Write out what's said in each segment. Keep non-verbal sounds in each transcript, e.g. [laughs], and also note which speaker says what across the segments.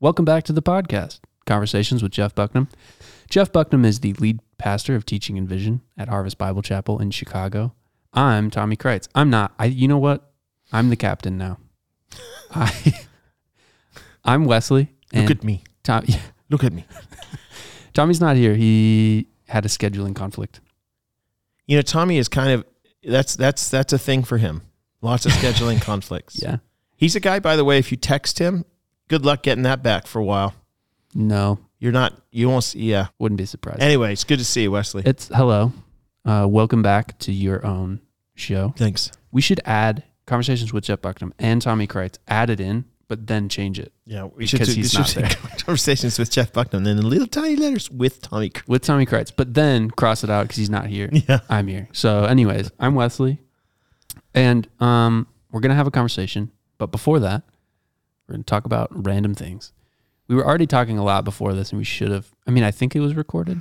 Speaker 1: Welcome back to the podcast, Conversations with Jeff Bucknam. Jeff Bucknam is the lead pastor of teaching and vision at Harvest Bible Chapel in Chicago. I'm Tommy Kreitz. I'm not. I. You know what? I'm the captain now. [laughs] I. I'm Wesley. And
Speaker 2: Look at me.
Speaker 1: Tom, [laughs]
Speaker 2: Look at me.
Speaker 1: Tommy's not here. He had a scheduling conflict.
Speaker 2: You know, Tommy is kind of that's that's that's a thing for him. Lots
Speaker 1: [laughs]
Speaker 2: of scheduling conflicts.
Speaker 1: Yeah.
Speaker 2: He's a guy, by the way, if you text him, good luck getting that back for a while.
Speaker 1: No,
Speaker 2: You're not you won't see yeah.
Speaker 1: wouldn't be surprised.
Speaker 2: Anyway, it's good to see you, Wesley.
Speaker 1: It's hello. Uh, welcome back to your own show.
Speaker 2: Thanks.
Speaker 1: We should add conversations with Jeff Bucknam and Tommy Kreitz, add it in, but then change it
Speaker 2: Yeah, we should do
Speaker 1: Because
Speaker 2: we
Speaker 1: he's
Speaker 2: should [laughs]
Speaker 1: not
Speaker 2: say conversations with Jeff Bucknam and in little tiny letters with Tommy. Cr-
Speaker 1: with Tommy Kreitz, but then cross it out because he's not here.
Speaker 2: Yeah.
Speaker 1: I'm here. So, anyways, I'm Wesley, and um, we're gonna have a conversation. But before that, we're gonna talk about random things. We were already talking a lot before this, and we should have. I mean, I think it was recorded,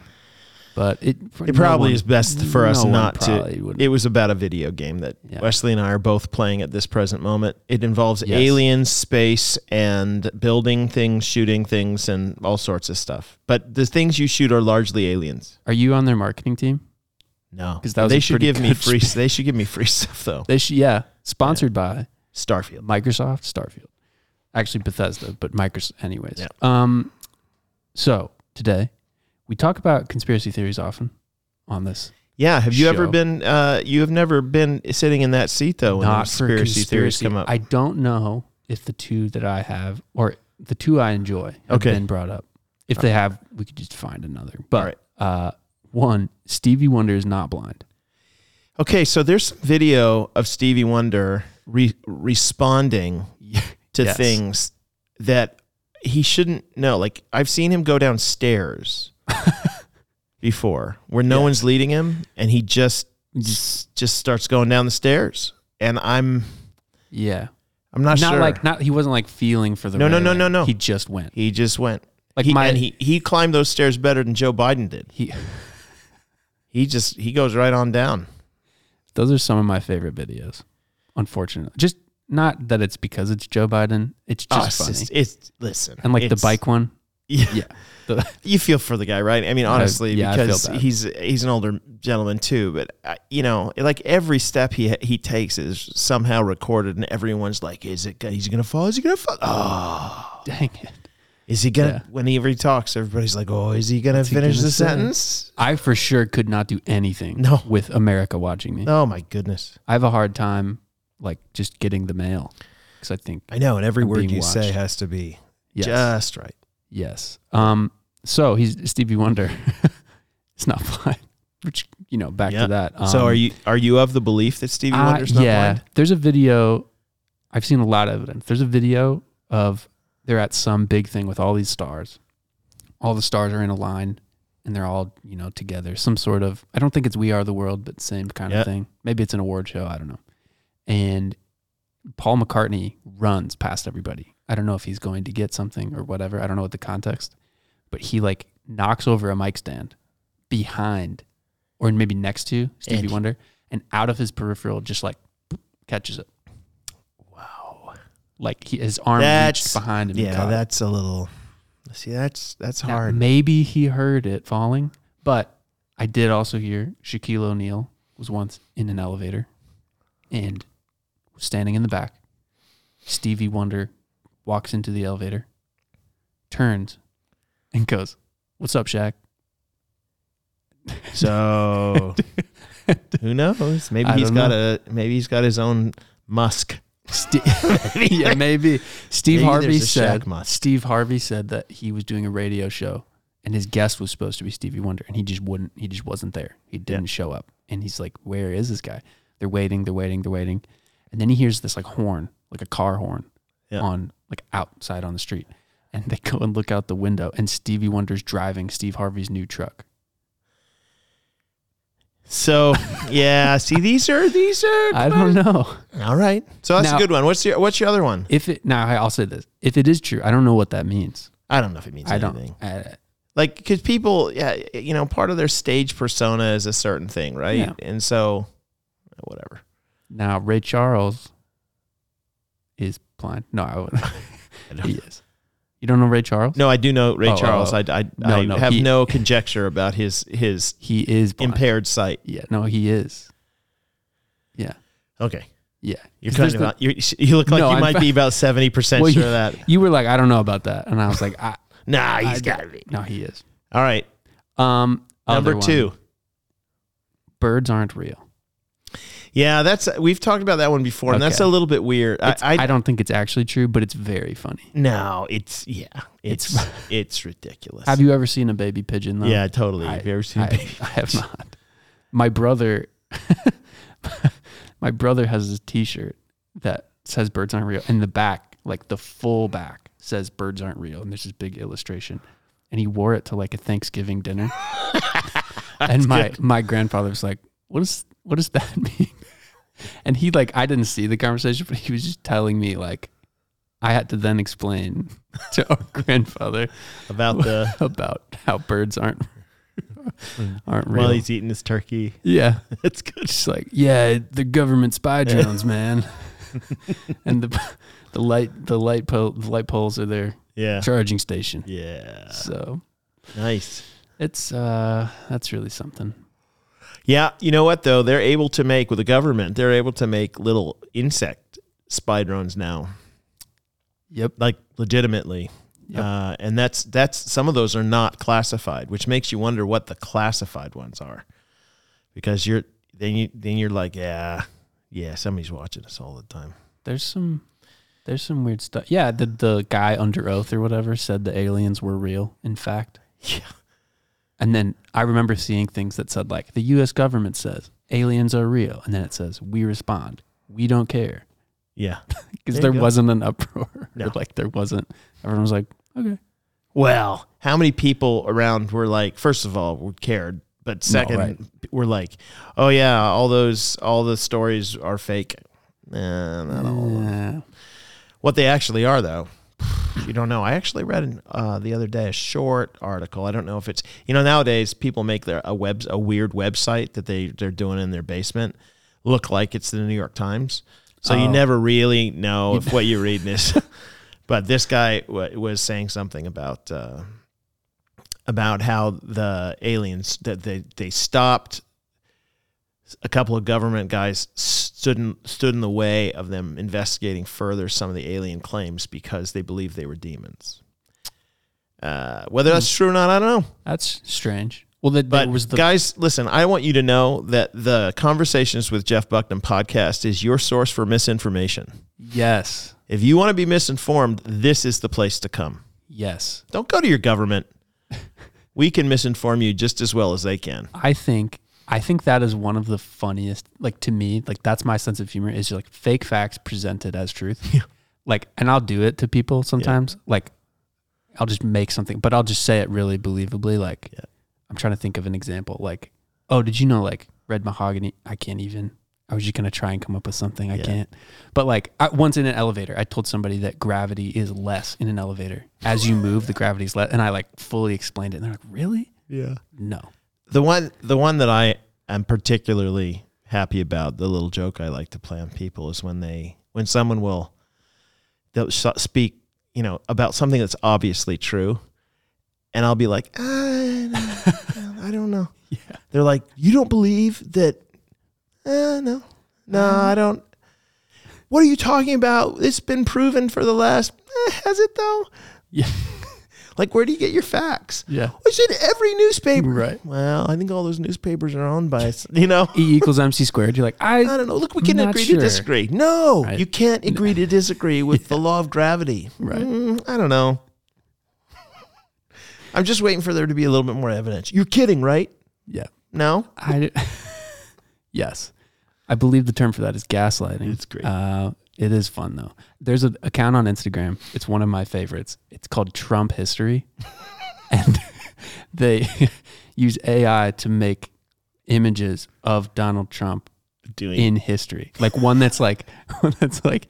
Speaker 1: but it
Speaker 2: It probably is best for us not to.
Speaker 1: to.
Speaker 2: It was about a video game that
Speaker 1: Yeah.
Speaker 2: Wesley and I are both playing at this present moment. It involves
Speaker 1: Yes.
Speaker 2: aliens, space, and building things, shooting things, and all sorts of stuff. But the things you shoot are largely aliens.
Speaker 1: Are you on their marketing team?
Speaker 2: No,
Speaker 1: 'Cause that was
Speaker 2: they
Speaker 1: a
Speaker 2: should
Speaker 1: pretty
Speaker 2: give me
Speaker 1: good
Speaker 2: free. They should give me free [laughs] stuff though.
Speaker 1: They should, yeah, sponsored by
Speaker 2: Starfield.
Speaker 1: Microsoft, Starfield. Actually, Bethesda, but Microsoft, anyways.
Speaker 2: Yeah.
Speaker 1: Um, so today we talk about conspiracy theories often on this.
Speaker 2: Yeah. Have you ever
Speaker 1: Show.
Speaker 2: been? Uh, you have never been sitting in that seat though Oh, when
Speaker 1: Not for
Speaker 2: conspiracy, theories
Speaker 1: conspiracy.
Speaker 2: come up.
Speaker 1: I don't know if the two that I have or the two I enjoy have
Speaker 2: Okay.
Speaker 1: been brought up. If they have, we could just find another. But
Speaker 2: right.
Speaker 1: uh, one, Stevie Wonder is not
Speaker 2: [laughs]
Speaker 1: blind.
Speaker 2: Okay, so there's some video of Stevie Wonder re- responding to
Speaker 1: Yes.
Speaker 2: things that he shouldn't know. Like I've seen him go downstairs
Speaker 1: [laughs]
Speaker 2: before, where no one's leading him, and he just
Speaker 1: Mm-hmm.
Speaker 2: just, starts going down the stairs. And I'm
Speaker 1: Yeah,
Speaker 2: I'm not,
Speaker 1: not
Speaker 2: sure.
Speaker 1: like not. He wasn't like feeling for the.
Speaker 2: No, no, no,
Speaker 1: railing.
Speaker 2: no, no.
Speaker 1: He just went.
Speaker 2: he just went
Speaker 1: Like
Speaker 2: he,
Speaker 1: my-
Speaker 2: and he he climbed those stairs better than Joe Biden did.
Speaker 1: He. [laughs]
Speaker 2: He just he goes right on down.
Speaker 1: Those are some of my favorite videos. Unfortunately, just not that it's because it's Joe Biden. It's
Speaker 2: Oh,
Speaker 1: just
Speaker 2: it's
Speaker 1: funny.
Speaker 2: just- it's listen
Speaker 1: and like the
Speaker 2: it's-
Speaker 1: bike one.
Speaker 2: [laughs] Yeah.
Speaker 1: Yeah.
Speaker 2: [laughs]
Speaker 1: The- [laughs]
Speaker 2: you feel for the guy, right? I mean, honestly,
Speaker 1: yeah, I feel
Speaker 2: because
Speaker 1: bad.
Speaker 2: he's he's an older gentleman too. But uh, you know, like every step he he takes is somehow recorded, and everyone's like, "Is it? He's gonna fall? Is he gonna fall? Oh,
Speaker 1: dang it.
Speaker 2: is he gonna?" Whenever he talks, everybody's like, "Oh, is he gonna
Speaker 1: he
Speaker 2: finish
Speaker 1: gonna
Speaker 2: the
Speaker 1: say?
Speaker 2: sentence?"
Speaker 1: I for sure could not do anything
Speaker 2: No.
Speaker 1: with America watching me.
Speaker 2: Oh my goodness,
Speaker 1: I have a hard time like just getting the mail because I think
Speaker 2: I know, and every
Speaker 1: I'm
Speaker 2: word
Speaker 1: being
Speaker 2: you say
Speaker 1: watched.
Speaker 2: has to be
Speaker 1: yes,
Speaker 2: just right.
Speaker 1: yes. Um, so he's Stevie Wonder. [laughs] it's not [laughs] blind, which you know back
Speaker 2: Yeah.
Speaker 1: to that. Um,
Speaker 2: so are you are you of the belief that Stevie
Speaker 1: Uh,
Speaker 2: Wonder's not blind?
Speaker 1: There's a video. I've seen a lot of evidence. There's a video of they're at some big thing with all these stars. All the stars are in a line and they're all, you know, together. Some sort of I don't think it's We Are the World, but same kind
Speaker 2: Yeah.
Speaker 1: of thing. Maybe it's an award show, I don't know. And Paul McCartney runs past everybody. I don't know if he's going to get something or whatever. I don't know what the context, but he like knocks over a mic stand behind or maybe next to Stevie
Speaker 2: And-
Speaker 1: Wonder and out of his peripheral just like boop, catches it. Wow. Like he, his arm
Speaker 2: That's-
Speaker 1: reached behind him. and
Speaker 2: Yeah,
Speaker 1: caught it.
Speaker 2: that's a little. See, that's that's
Speaker 1: Now,
Speaker 2: hard.
Speaker 1: Maybe he heard it falling, but I did also hear Shaquille O'Neal was once in an elevator and standing in the back. Stevie Wonder walks into the elevator, turns, and goes, What's up, Shaq?
Speaker 2: So who knows? Maybe
Speaker 1: I
Speaker 2: he's
Speaker 1: don't
Speaker 2: got a maybe he's got his own
Speaker 1: [laughs]
Speaker 2: Musk. [laughs]
Speaker 1: Ste- [laughs] yeah, maybe. Steve
Speaker 2: Maybe
Speaker 1: Harvey
Speaker 2: there's a
Speaker 1: said
Speaker 2: Shaq Musk.
Speaker 1: Steve Harvey said that he was doing a radio show and his guest was supposed to be Stevie Wonder and he just wouldn't he just wasn't there. He didn't show up. And he's like, Where is this guy? They're waiting, they're waiting, they're waiting. And then he hears this like horn, like a car horn
Speaker 2: Yeah.
Speaker 1: on like outside on the street. And they go and look out the window and Stevie Wonder's driving Steve Harvey's new truck.
Speaker 2: So yeah, see these are these are
Speaker 1: I don't know.
Speaker 2: all right. So that's
Speaker 1: Now-
Speaker 2: a good one. What's your what's your other one?
Speaker 1: If it now I'll say this. If it is true, I don't know what that means.
Speaker 2: I don't know if it means
Speaker 1: I
Speaker 2: anything.
Speaker 1: don't I,
Speaker 2: Like because people, yeah, you know, part of their stage persona is a certain thing, right?
Speaker 1: Yeah.
Speaker 2: And so whatever.
Speaker 1: Now Ray Charles is blind. No, [laughs] I wouldn't.
Speaker 2: I don't
Speaker 1: he is. You don't know Ray Charles?
Speaker 2: No, I do know Ray
Speaker 1: Oh, oh,
Speaker 2: Charles.
Speaker 1: oh.
Speaker 2: I, I,
Speaker 1: No,
Speaker 2: I
Speaker 1: no,
Speaker 2: have
Speaker 1: he-
Speaker 2: no conjecture about his his
Speaker 1: He is blind.
Speaker 2: impaired sight.
Speaker 1: Yeah, no, he is. Yeah,
Speaker 2: Okay,
Speaker 1: yeah.
Speaker 2: you're
Speaker 1: 'Cause there's
Speaker 2: kind of
Speaker 1: the-
Speaker 2: about, you're, you look like
Speaker 1: No,
Speaker 2: you
Speaker 1: I'm
Speaker 2: might
Speaker 1: fa-
Speaker 2: be about seventy percent
Speaker 1: Well,
Speaker 2: sure
Speaker 1: you-
Speaker 2: of that.
Speaker 1: You were like, I don't know about that, and I was like, I,
Speaker 2: Nah,
Speaker 1: I-
Speaker 2: he's got to be.
Speaker 1: [laughs] no, he is.
Speaker 2: All right,
Speaker 1: Um, other
Speaker 2: number
Speaker 1: one.
Speaker 2: two.
Speaker 1: birds aren't real.
Speaker 2: Yeah, that's we've talked about that one before, and that's
Speaker 1: Okay.
Speaker 2: a little bit weird. I,
Speaker 1: It's-
Speaker 2: I,
Speaker 1: I, don't think it's actually true, but it's very funny.
Speaker 2: no, it's yeah,
Speaker 1: It's- [laughs]
Speaker 2: it's it's, ridiculous.
Speaker 1: Have you ever seen a baby pigeon? Though?
Speaker 2: yeah, totally.
Speaker 1: I-
Speaker 2: have you ever seen? a
Speaker 1: I,
Speaker 2: baby?
Speaker 1: I have not. My brother, [laughs] my brother has this T-shirt that says "Birds aren't real," and the back, like the full back, says "Birds aren't real," and there's this big illustration. And he wore it to like a Thanksgiving dinner, and my my grandfather was like, "What is what does that [laughs] mean?" And he like I didn't see the conversation, but he was just telling me like I had to then explain [laughs] to our grandfather
Speaker 2: [laughs] about the
Speaker 1: about how birds aren't
Speaker 2: [laughs]
Speaker 1: aren't [laughs] real.
Speaker 2: while he's eating his turkey. [laughs]
Speaker 1: yeah,
Speaker 2: That's good.
Speaker 1: just like yeah, the government spy drones,
Speaker 2: [laughs]
Speaker 1: man, and the the light the light pole the light poles are their
Speaker 2: Yeah,
Speaker 1: charging station.
Speaker 2: yeah,
Speaker 1: So
Speaker 2: nice.
Speaker 1: it's uh that's really something.
Speaker 2: Yeah, you know what though? They're able to make with the government. They're able to make little insect spy drones now,
Speaker 1: Yep.
Speaker 2: like legitimately.
Speaker 1: Yep.
Speaker 2: Uh, and that's that's some of those are not classified, which makes you wonder what the classified ones are, because you're then you then you're like yeah yeah somebody's watching us all the time.
Speaker 1: There's some there's some weird stuff. Yeah, the the guy under oath or whatever said the aliens were real. In fact,
Speaker 2: [laughs] Yeah,
Speaker 1: And then I remember seeing things that said like the U.S. government says aliens are real, and then it says we respond, we don't care,
Speaker 2: yeah.
Speaker 1: because
Speaker 2: There you
Speaker 1: there
Speaker 2: go.
Speaker 1: wasn't an uproar. [laughs]
Speaker 2: No.
Speaker 1: Or, like there wasn't. Everyone was like, okay,
Speaker 2: Well, how many people around were like, first of all, were cared, but second,
Speaker 1: right.
Speaker 2: were like, oh yeah, all those, all the stories are fake. Nah, not all. of them.
Speaker 1: yeah,
Speaker 2: What they actually are, though, you don't know. I actually read uh, the other day a short article. I don't know if it's you know nowadays people make their a web a weird website that they they're doing in their basement look like it's the New York Times. So you
Speaker 1: Oh.
Speaker 2: never really know if what you're reading is. [laughs] but this guy w- was saying something about. Uh, about how the aliens that they, they stopped a couple of government guys stood in, stood in the way of them investigating further some of the alien claims because they believed they were demons. Uh, whether that's true or not, I don't know.
Speaker 1: that's strange. Well, that
Speaker 2: But
Speaker 1: that Hmm. was the
Speaker 2: guys, listen, I want you to know that the Conversations with Jeff Bucknam podcast is your source for misinformation.
Speaker 1: yes,
Speaker 2: If you want to be misinformed, this is the place to come.
Speaker 1: yes.
Speaker 2: Don't go to
Speaker 1: [laughs]
Speaker 2: your government. We can misinform you just as well as they can.
Speaker 1: I think I think that is one of the funniest. Like to me, like that's my sense of humor is like fake facts presented as truth. Like, and I'll do it to people sometimes. Like, I'll just make something, but I'll just say it really believably. Like,
Speaker 2: Yeah.
Speaker 1: I'm trying to think of an example. Like, oh, did you know like red mahogany? I can't even. I was just gonna try and come up with something. I
Speaker 2: Yeah.
Speaker 1: can't. But like I, once in an elevator, I told somebody that gravity is less in an elevator. As you move, the gravity's less, and I like fully explained it. And they're like, "Really?
Speaker 2: Yeah.
Speaker 1: No."
Speaker 2: The one, the one that I am particularly happy about, the little joke I like to play on people is when they, when someone will, they'll sh- speak, you know, about something that's obviously true, and I'll be like, "Ah, I don't- I don't know.
Speaker 1: Yeah.
Speaker 2: They're like, you don't believe that? Uh, no, no, I don't. What are you talking about? It's been proven for the last. Eh, has it though?
Speaker 1: Yeah.
Speaker 2: [laughs] Like, where do you get your facts?
Speaker 1: Yeah.
Speaker 2: It's in every newspaper.
Speaker 1: Right.
Speaker 2: Well, I think all those newspapers are owned by, us,
Speaker 1: [laughs]
Speaker 2: you know.
Speaker 1: E equals MC squared. You're like,
Speaker 2: I
Speaker 1: I
Speaker 2: don't know. Look, we can
Speaker 1: Not
Speaker 2: agree
Speaker 1: sure.
Speaker 2: to disagree. No,
Speaker 1: Right.
Speaker 2: you can't agree to
Speaker 1: [laughs]
Speaker 2: disagree with the law of gravity.
Speaker 1: Right.
Speaker 2: Mm, I
Speaker 1: [laughs]
Speaker 2: don't know. I'm just waiting for there to be a little bit more evidence. You're kidding, right?
Speaker 1: yeah.
Speaker 2: No.
Speaker 1: I [laughs] yes, I believe the term for that is gaslighting.
Speaker 2: It's great.
Speaker 1: Uh, it is fun though. There's an account on Instagram. It's one of my favorites. It's called Trump History, [laughs] and they [laughs] use AI to make images of Donald Trump
Speaker 2: Doing
Speaker 1: in history. Like one that's like [laughs] one that's like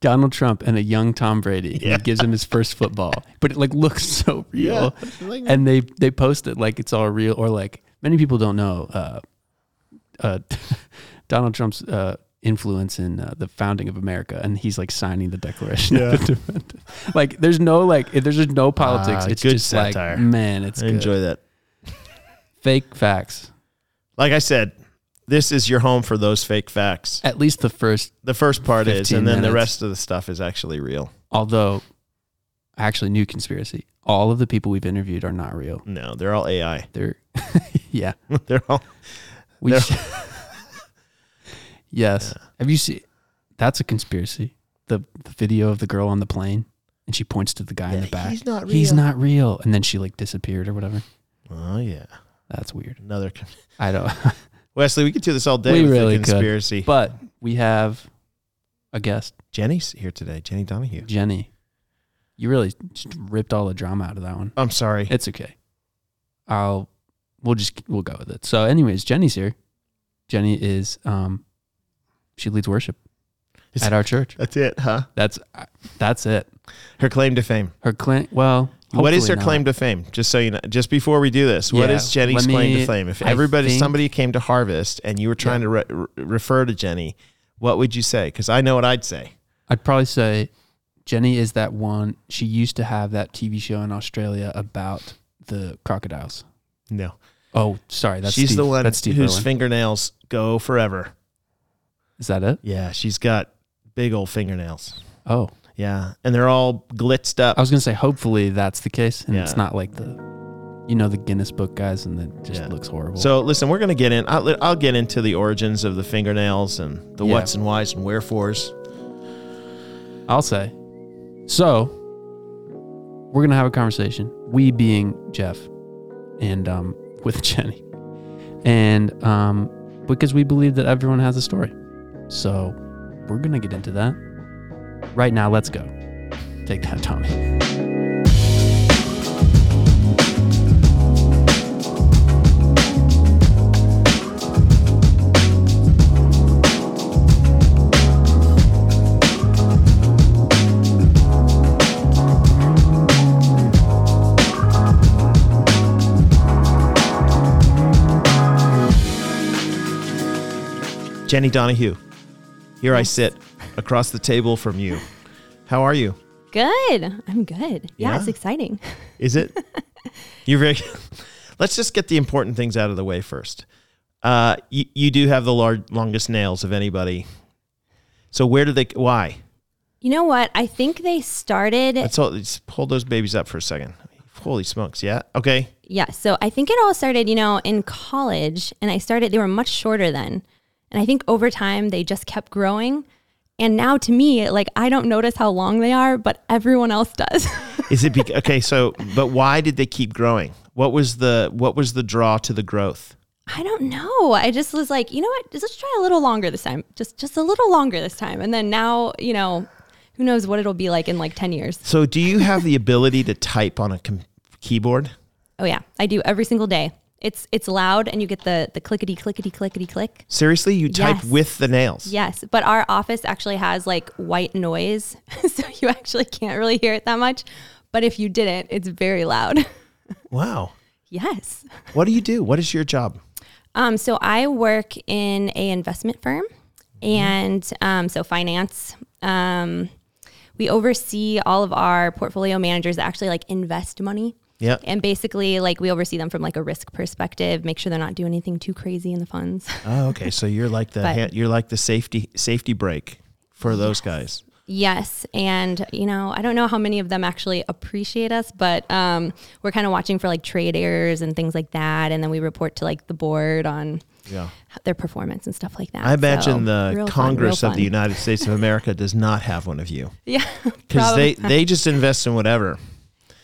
Speaker 1: Donald Trump and a young Tom Brady. And it gives him his first football, but it like looks so real.
Speaker 2: like-
Speaker 1: and they they post it like it's all real, or like many people don't know. Uh, uh, [laughs] Donald Trump's uh, influence in uh, the founding of America, and he's like signing the Declaration of Independence. [laughs] Like, there's no like, if there's just no politics.
Speaker 2: Ah,
Speaker 1: it's
Speaker 2: good
Speaker 1: just
Speaker 2: satire.
Speaker 1: like, man, it's
Speaker 2: I
Speaker 1: good.
Speaker 2: enjoy that.
Speaker 1: fake facts.
Speaker 2: Like I said, this is your home for those fake facts.
Speaker 1: At least the first,
Speaker 2: The first part is,
Speaker 1: 15
Speaker 2: and then the
Speaker 1: minutes.
Speaker 2: rest of the stuff is actually real.
Speaker 1: although I actually knew conspiracy. All of the people we've interviewed are not real.
Speaker 2: No, they're all AI.
Speaker 1: They're, [laughs] yeah.
Speaker 2: [laughs] they're all
Speaker 1: We
Speaker 2: They're-
Speaker 1: sh- [laughs] yes. Have you seen? That's a conspiracy. The, the video of the girl on the plane, and she points to the guy in the back.
Speaker 2: He's not real.
Speaker 1: He's not real. And then she like disappeared or whatever.
Speaker 2: Oh yeah,
Speaker 1: That's weird.
Speaker 2: another con-
Speaker 1: I don't. [laughs]
Speaker 2: Wesley. We could do this all day.
Speaker 1: We
Speaker 2: with
Speaker 1: really
Speaker 2: the
Speaker 1: could.
Speaker 2: conspiracy.
Speaker 1: but we have a guest,
Speaker 2: Jenny's here today. Jenny Donahue.
Speaker 1: Jenny. You really just ripped all the drama out of that one.
Speaker 2: I'm sorry.
Speaker 1: It's okay. I'll. We'll just we'll go with it. So, anyways, Jenny's here. Jenny is um, she leads worship
Speaker 2: Is-
Speaker 1: at our church.
Speaker 2: That's it, huh?
Speaker 1: That's that's it.
Speaker 2: Her claim to fame.
Speaker 1: Her claim. Well,
Speaker 2: what is
Speaker 1: hopefully
Speaker 2: her
Speaker 1: not.
Speaker 2: claim to fame? Just so you know, just before we do this, what
Speaker 1: Yeah,
Speaker 2: is Jenny's
Speaker 1: let me-
Speaker 2: claim to fame? If
Speaker 1: I
Speaker 2: everybody,
Speaker 1: think-
Speaker 2: somebody came to Harvest and you were trying to re- re- refer to Jenny, what would you say? Because I know what I'd say.
Speaker 1: I'd probably say Jenny is that one. She used to have that TV show in Australia about the crocodiles.
Speaker 2: No,
Speaker 1: Oh, sorry, that's
Speaker 2: she's
Speaker 1: Steve.
Speaker 2: the one
Speaker 1: That's Steve
Speaker 2: whose
Speaker 1: Irwin.
Speaker 2: fingernails go forever.
Speaker 1: is that it?
Speaker 2: Yeah, she's got big old fingernails.
Speaker 1: Oh,
Speaker 2: Yeah, and they're all glitzed up.
Speaker 1: I was gonna say hopefully that's the case, and
Speaker 2: Yeah.
Speaker 1: it's not like the, you know, the Guinness Book guys, and it just
Speaker 2: Yeah.
Speaker 1: looks horrible.
Speaker 2: So listen, we're gonna get in. I'll, I'll get into the origins of the fingernails and the
Speaker 1: Yeah.
Speaker 2: whats and whys and wherefores.
Speaker 1: I'll say. So we're gonna have a conversation. We being Jeff, and um, [laughs] with Jenny, and um, because we believe that everyone has a story. So we're gonna get into that. Right now, let's go. Take that, Tommy.
Speaker 2: Jenny Donahue, here I sit across the table from you. How are you?
Speaker 3: Good. I'm good. Yeah, it's
Speaker 2: Yeah?
Speaker 3: exciting.
Speaker 2: Is it? You're very. [laughs] Let's just get the important things out of the way first. Uh, you, you do have the large, longest nails of anybody. So where do they? Why?
Speaker 3: You know what? I think they started.
Speaker 2: Let's hold, let's hold those babies up for a second. Holy smokes! Yeah. Okay.
Speaker 3: yeah. So I think it all started, you know, in college, and I started. They were much shorter then, and I think over time they just kept growing. And now to me, like I don't notice how long they are, but everyone else does. [laughs]
Speaker 2: Is it bec okay? So, but why did they keep growing? What was the what was the draw to the growth?
Speaker 3: I don't know. I just was like, you know what? Just- Let's try a little longer this time. Just just a little longer this time. And then now, you know, who knows what it'll be like in like 10 years.
Speaker 2: So, do you have the ability to type on a com- keyboard?
Speaker 3: Oh yeah, I do every single day. It's it's loud and you get the the clickety clickety clickety click.
Speaker 2: Seriously, you type
Speaker 3: Yes.
Speaker 2: with the nails.
Speaker 3: Yes, but our office actually has like white noise, [laughs] so you actually can't really hear it that much. But if you didn't, it's very loud. [laughs]
Speaker 2: Wow.
Speaker 3: yes.
Speaker 2: What do you do? What is your job?
Speaker 3: Um, so I work in a investment firm, and um, so finance. Um, we oversee all of our portfolio managers that actually like invest money.
Speaker 2: Yeah.
Speaker 3: And basically, like we oversee them from like a risk perspective, make sure they're not doing anything too crazy in the funds. [laughs]
Speaker 2: Oh, okay. So you're like the
Speaker 3: But-
Speaker 2: ha- you're like the safety safety break for those guys.
Speaker 3: Yes, and you know, I don't know how many of them actually appreciate us, but um, we're kind of watching for like trade errors and things like that, and then we report to like the board on
Speaker 2: Yeah.
Speaker 3: their performance and stuff like that.
Speaker 2: I imagine
Speaker 3: So,
Speaker 2: the
Speaker 3: real fun,
Speaker 2: Congress
Speaker 3: real
Speaker 2: of the
Speaker 3: fun.
Speaker 2: United States of America does not have one of you
Speaker 3: [laughs] yeah,
Speaker 2: because
Speaker 3: probably.
Speaker 2: they they just invest in whatever.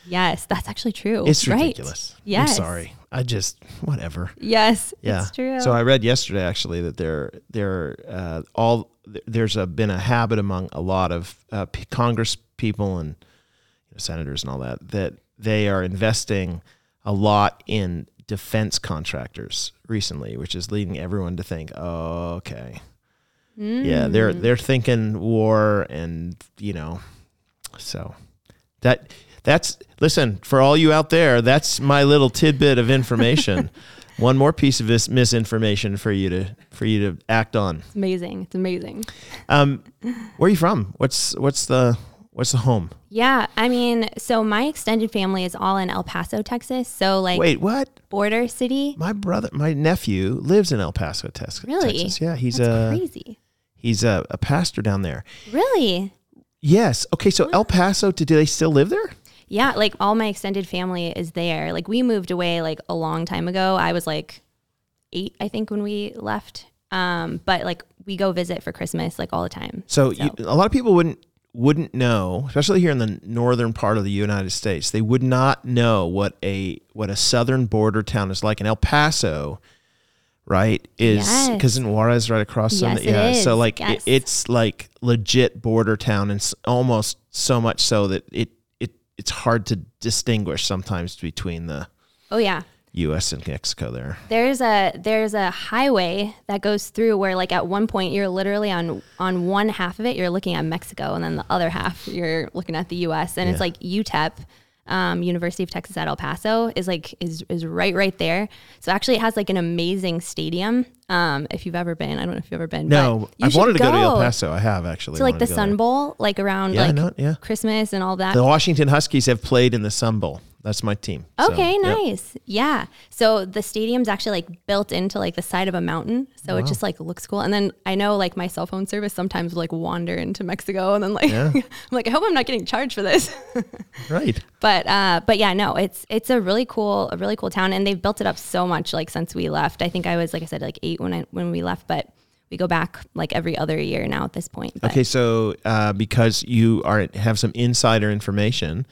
Speaker 3: yes, that's actually true.
Speaker 2: It's
Speaker 3: Right.
Speaker 2: ridiculous.
Speaker 3: Yes.
Speaker 2: I'm sorry. I just whatever.
Speaker 3: Yes,
Speaker 2: Yeah,
Speaker 3: it's true.
Speaker 2: So I read yesterday actually that there there uh, all there's a, been a habit among a lot of uh, p- Congress people and you know, senators and all that that they are investing a lot in defense contractors recently, which is leading everyone to think, oh, okay, yeah, they're
Speaker 3: Hmm.
Speaker 2: they're thinking war and you know, so
Speaker 3: [laughs]
Speaker 2: that. That's listen for all you out there. That's my little tidbit of information. One more piece of this misinformation for you to for you to act on.
Speaker 3: It's amazing. It's amazing.
Speaker 2: Um, where are you from? What's what's the what's the home?
Speaker 3: Yeah. I mean, so my extended family is all in El Paso, Texas. So like
Speaker 2: Wait, what?
Speaker 3: border city.
Speaker 2: My brother, my nephew lives in El Paso, Texas.
Speaker 3: Really?
Speaker 2: Texas. Yeah, he's
Speaker 3: That's
Speaker 2: a
Speaker 3: crazy.
Speaker 2: he's a, a pastor down there.
Speaker 3: Really?
Speaker 2: Yes. Okay. So El Paso, do do they still live there?
Speaker 3: Yeah, like all my extended family is there. Like we moved away like a long time ago. I was like 8 I think when we left. Um but like we go visit for Christmas like all the time.
Speaker 2: So, You, a lot of people wouldn't wouldn't know, especially here in the northern part of the United States, they would not know what a what a southern border town is like. And El Paso, right, is
Speaker 3: Yes.
Speaker 2: because in Juarez right across. from
Speaker 3: Yes,
Speaker 2: the-
Speaker 3: it
Speaker 2: yeah, so
Speaker 3: is.
Speaker 2: like
Speaker 3: Yes.
Speaker 2: it, it's like legit border town, and s- almost so much so that it it it's hard to distinguish sometimes between the
Speaker 3: Oh yeah.
Speaker 2: U.S. and Mexico. There,
Speaker 3: There's a there's a highway that goes through where like at one point you're literally on on one half of it you're looking at Mexico and then the other half you're looking at the US and it's
Speaker 2: Yeah.
Speaker 3: like UTEP um, University of Texas at El Paso is like is is right right there. So actually it has like an amazing stadium. Um, if you've ever been, I don't know if you've ever been.
Speaker 2: no,
Speaker 3: but you
Speaker 2: I've
Speaker 3: should
Speaker 2: wanted to go. to El Paso. I have actually.
Speaker 3: to like
Speaker 2: wanted
Speaker 3: the
Speaker 2: to go
Speaker 3: Sun
Speaker 2: there.
Speaker 3: Bowl, like around
Speaker 2: Yeah, I
Speaker 3: like
Speaker 2: know it, yeah.
Speaker 3: Christmas and all that.
Speaker 2: The Washington Huskies have played in the Sun Bowl. That's my team. So,
Speaker 3: Okay,
Speaker 2: yep.
Speaker 3: nice. Yeah. So the stadium's actually like built into like the side of a mountain. So it just like looks cool. And then I know like my cell phone service sometimes would like wander into Mexico and then like [laughs] I'm like, I hope I'm not getting charged for this. [laughs]
Speaker 2: Right.
Speaker 3: but uh but yeah, no, it's it's a really cool, a really cool town. And they've built it up so much like since we left. I think I was like I said, like eight when I when we left, but we go back like every other year now at this point. But
Speaker 2: Okay, so uh, because you are have some insider information,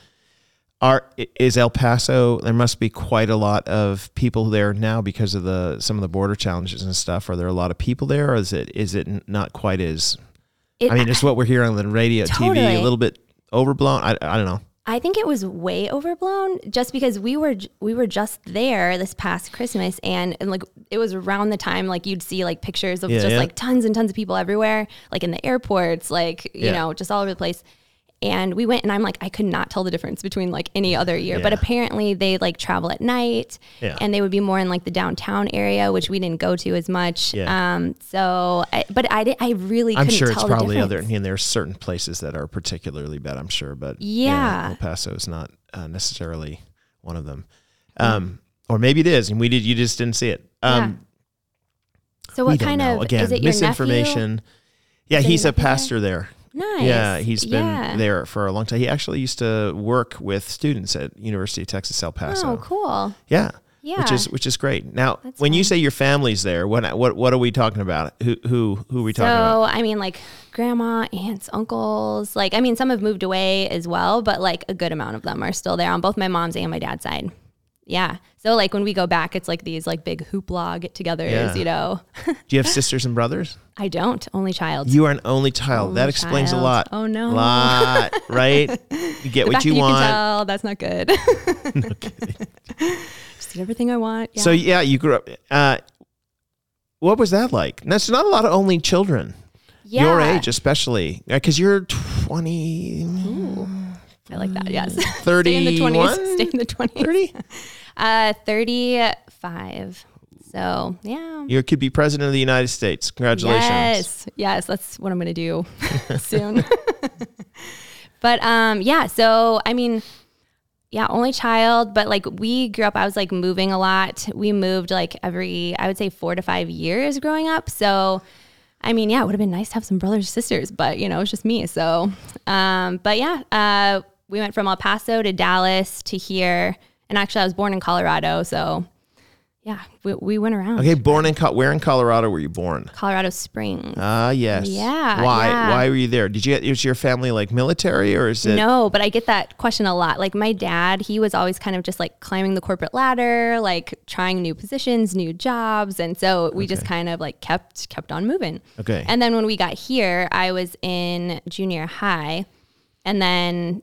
Speaker 2: are is El Paso? There must be quite a lot of people there now because of the some of the border challenges and stuff. Are there a lot of people there, or is it is it n- not quite as?
Speaker 3: it,
Speaker 2: I mean, it's what we're hearing on the radio, TV, a
Speaker 3: Totally.
Speaker 2: little bit overblown. I, I don't know.
Speaker 3: I think it was way overblown just because we were we were just there this past Christmas and, and like it was around the time like you'd see like pictures of
Speaker 2: Yeah,
Speaker 3: just
Speaker 2: yeah.
Speaker 3: like tons and tons of people everywhere like in the airports like you
Speaker 2: Yeah.
Speaker 3: know just all over the place and we went and I'm like I could not tell the difference between like any other year but
Speaker 2: Yeah.
Speaker 3: apparently they like travel at night
Speaker 2: Yeah.
Speaker 3: and they would be more in like the downtown area which we didn't go to as much
Speaker 2: Yeah.
Speaker 3: um so I, but I did, I really
Speaker 2: I'm
Speaker 3: couldn't
Speaker 2: sure it's
Speaker 3: tell the
Speaker 2: probably
Speaker 3: difference
Speaker 2: other. I mean, there are certain places that are particularly bad. I'm sure, but
Speaker 3: Yeah.
Speaker 2: El Paso is not uh, necessarily one of them, um, or maybe it is, and we did. You just didn't see it. Um,
Speaker 3: so
Speaker 2: we
Speaker 3: what
Speaker 2: don't
Speaker 3: kind
Speaker 2: know.
Speaker 3: of
Speaker 2: again
Speaker 3: is it your nephew?
Speaker 2: misinformation? Yeah,
Speaker 3: it your
Speaker 2: he's a
Speaker 3: nephew there?
Speaker 2: pastor there.
Speaker 3: Nice.
Speaker 2: Yeah, he's been
Speaker 3: Yeah.
Speaker 2: there for a long time. He actually used to work with students at University of Texas El Paso.
Speaker 3: Oh, cool.
Speaker 2: Yeah.
Speaker 3: Yeah.
Speaker 2: Which is which is great. Now,
Speaker 3: That's
Speaker 2: when you
Speaker 3: fun.
Speaker 2: say your family's there, what what what are we talking about? Who who who are we
Speaker 3: so,
Speaker 2: talking about?
Speaker 3: I mean, like grandma, aunts, uncles. Like, I mean, some have moved away as well, but like a good amount of them are still there on both my mom's and my dad's side. Yeah. So, like, when we go back, it's like these like big hoopla get togethers,
Speaker 2: Yeah.
Speaker 3: you know?
Speaker 2: Do you have sisters and brothers?
Speaker 3: I don't, only child.
Speaker 2: You are an only child. that
Speaker 3: Only
Speaker 2: explains a
Speaker 3: child.
Speaker 2: lot.
Speaker 3: Oh, no.
Speaker 2: Lot, right?
Speaker 3: [laughs]
Speaker 2: You get
Speaker 3: The
Speaker 2: what
Speaker 3: fact
Speaker 2: you
Speaker 3: that
Speaker 2: want.
Speaker 3: can tell, that's
Speaker 2: [laughs]
Speaker 3: not good. [laughs] Just get everything I want. Yeah.
Speaker 2: So yeah, you grew up. Uh, what was that like? That's not a lot of only children.
Speaker 3: yeah.
Speaker 2: Your age, especially, because you're 20,
Speaker 3: I like that. Yes. [laughs] Stay in the
Speaker 2: 31,
Speaker 3: 20s. Stay in the 20s. [laughs]
Speaker 2: 30.
Speaker 3: Uh, 35. So, yeah.
Speaker 2: You could be president of the United States. Congratulations.
Speaker 3: Yes, yes, that's what I'm
Speaker 2: [laughs]
Speaker 3: gonna do soon. [laughs] but um, yeah, so I mean, yeah, only child, but like we grew up, I was like moving a lot. We moved like every, I would say, four to five years growing up. So, I mean, yeah, it would have been nice to have some brothers or sisters, but you know, it's just me. So, um, but yeah, uh, we went from El Paso to Dallas to here, and actually, I was born in Colorado, so. Yeah, we, we went around.
Speaker 2: Okay, born in Co- where in Colorado were you born?
Speaker 3: Colorado Springs.
Speaker 2: Ah, yes.
Speaker 3: Yeah,
Speaker 2: Why?
Speaker 3: yeah.
Speaker 2: Why were you there? Did you get? Is your family like military or is it?
Speaker 3: No, but I get that question a lot. Like my dad, he was always kind of just like climbing the corporate ladder, like trying new positions, new jobs, and so we just kind of like kept kept on moving.
Speaker 2: Okay.
Speaker 3: And then when we got here, I was in junior high, and then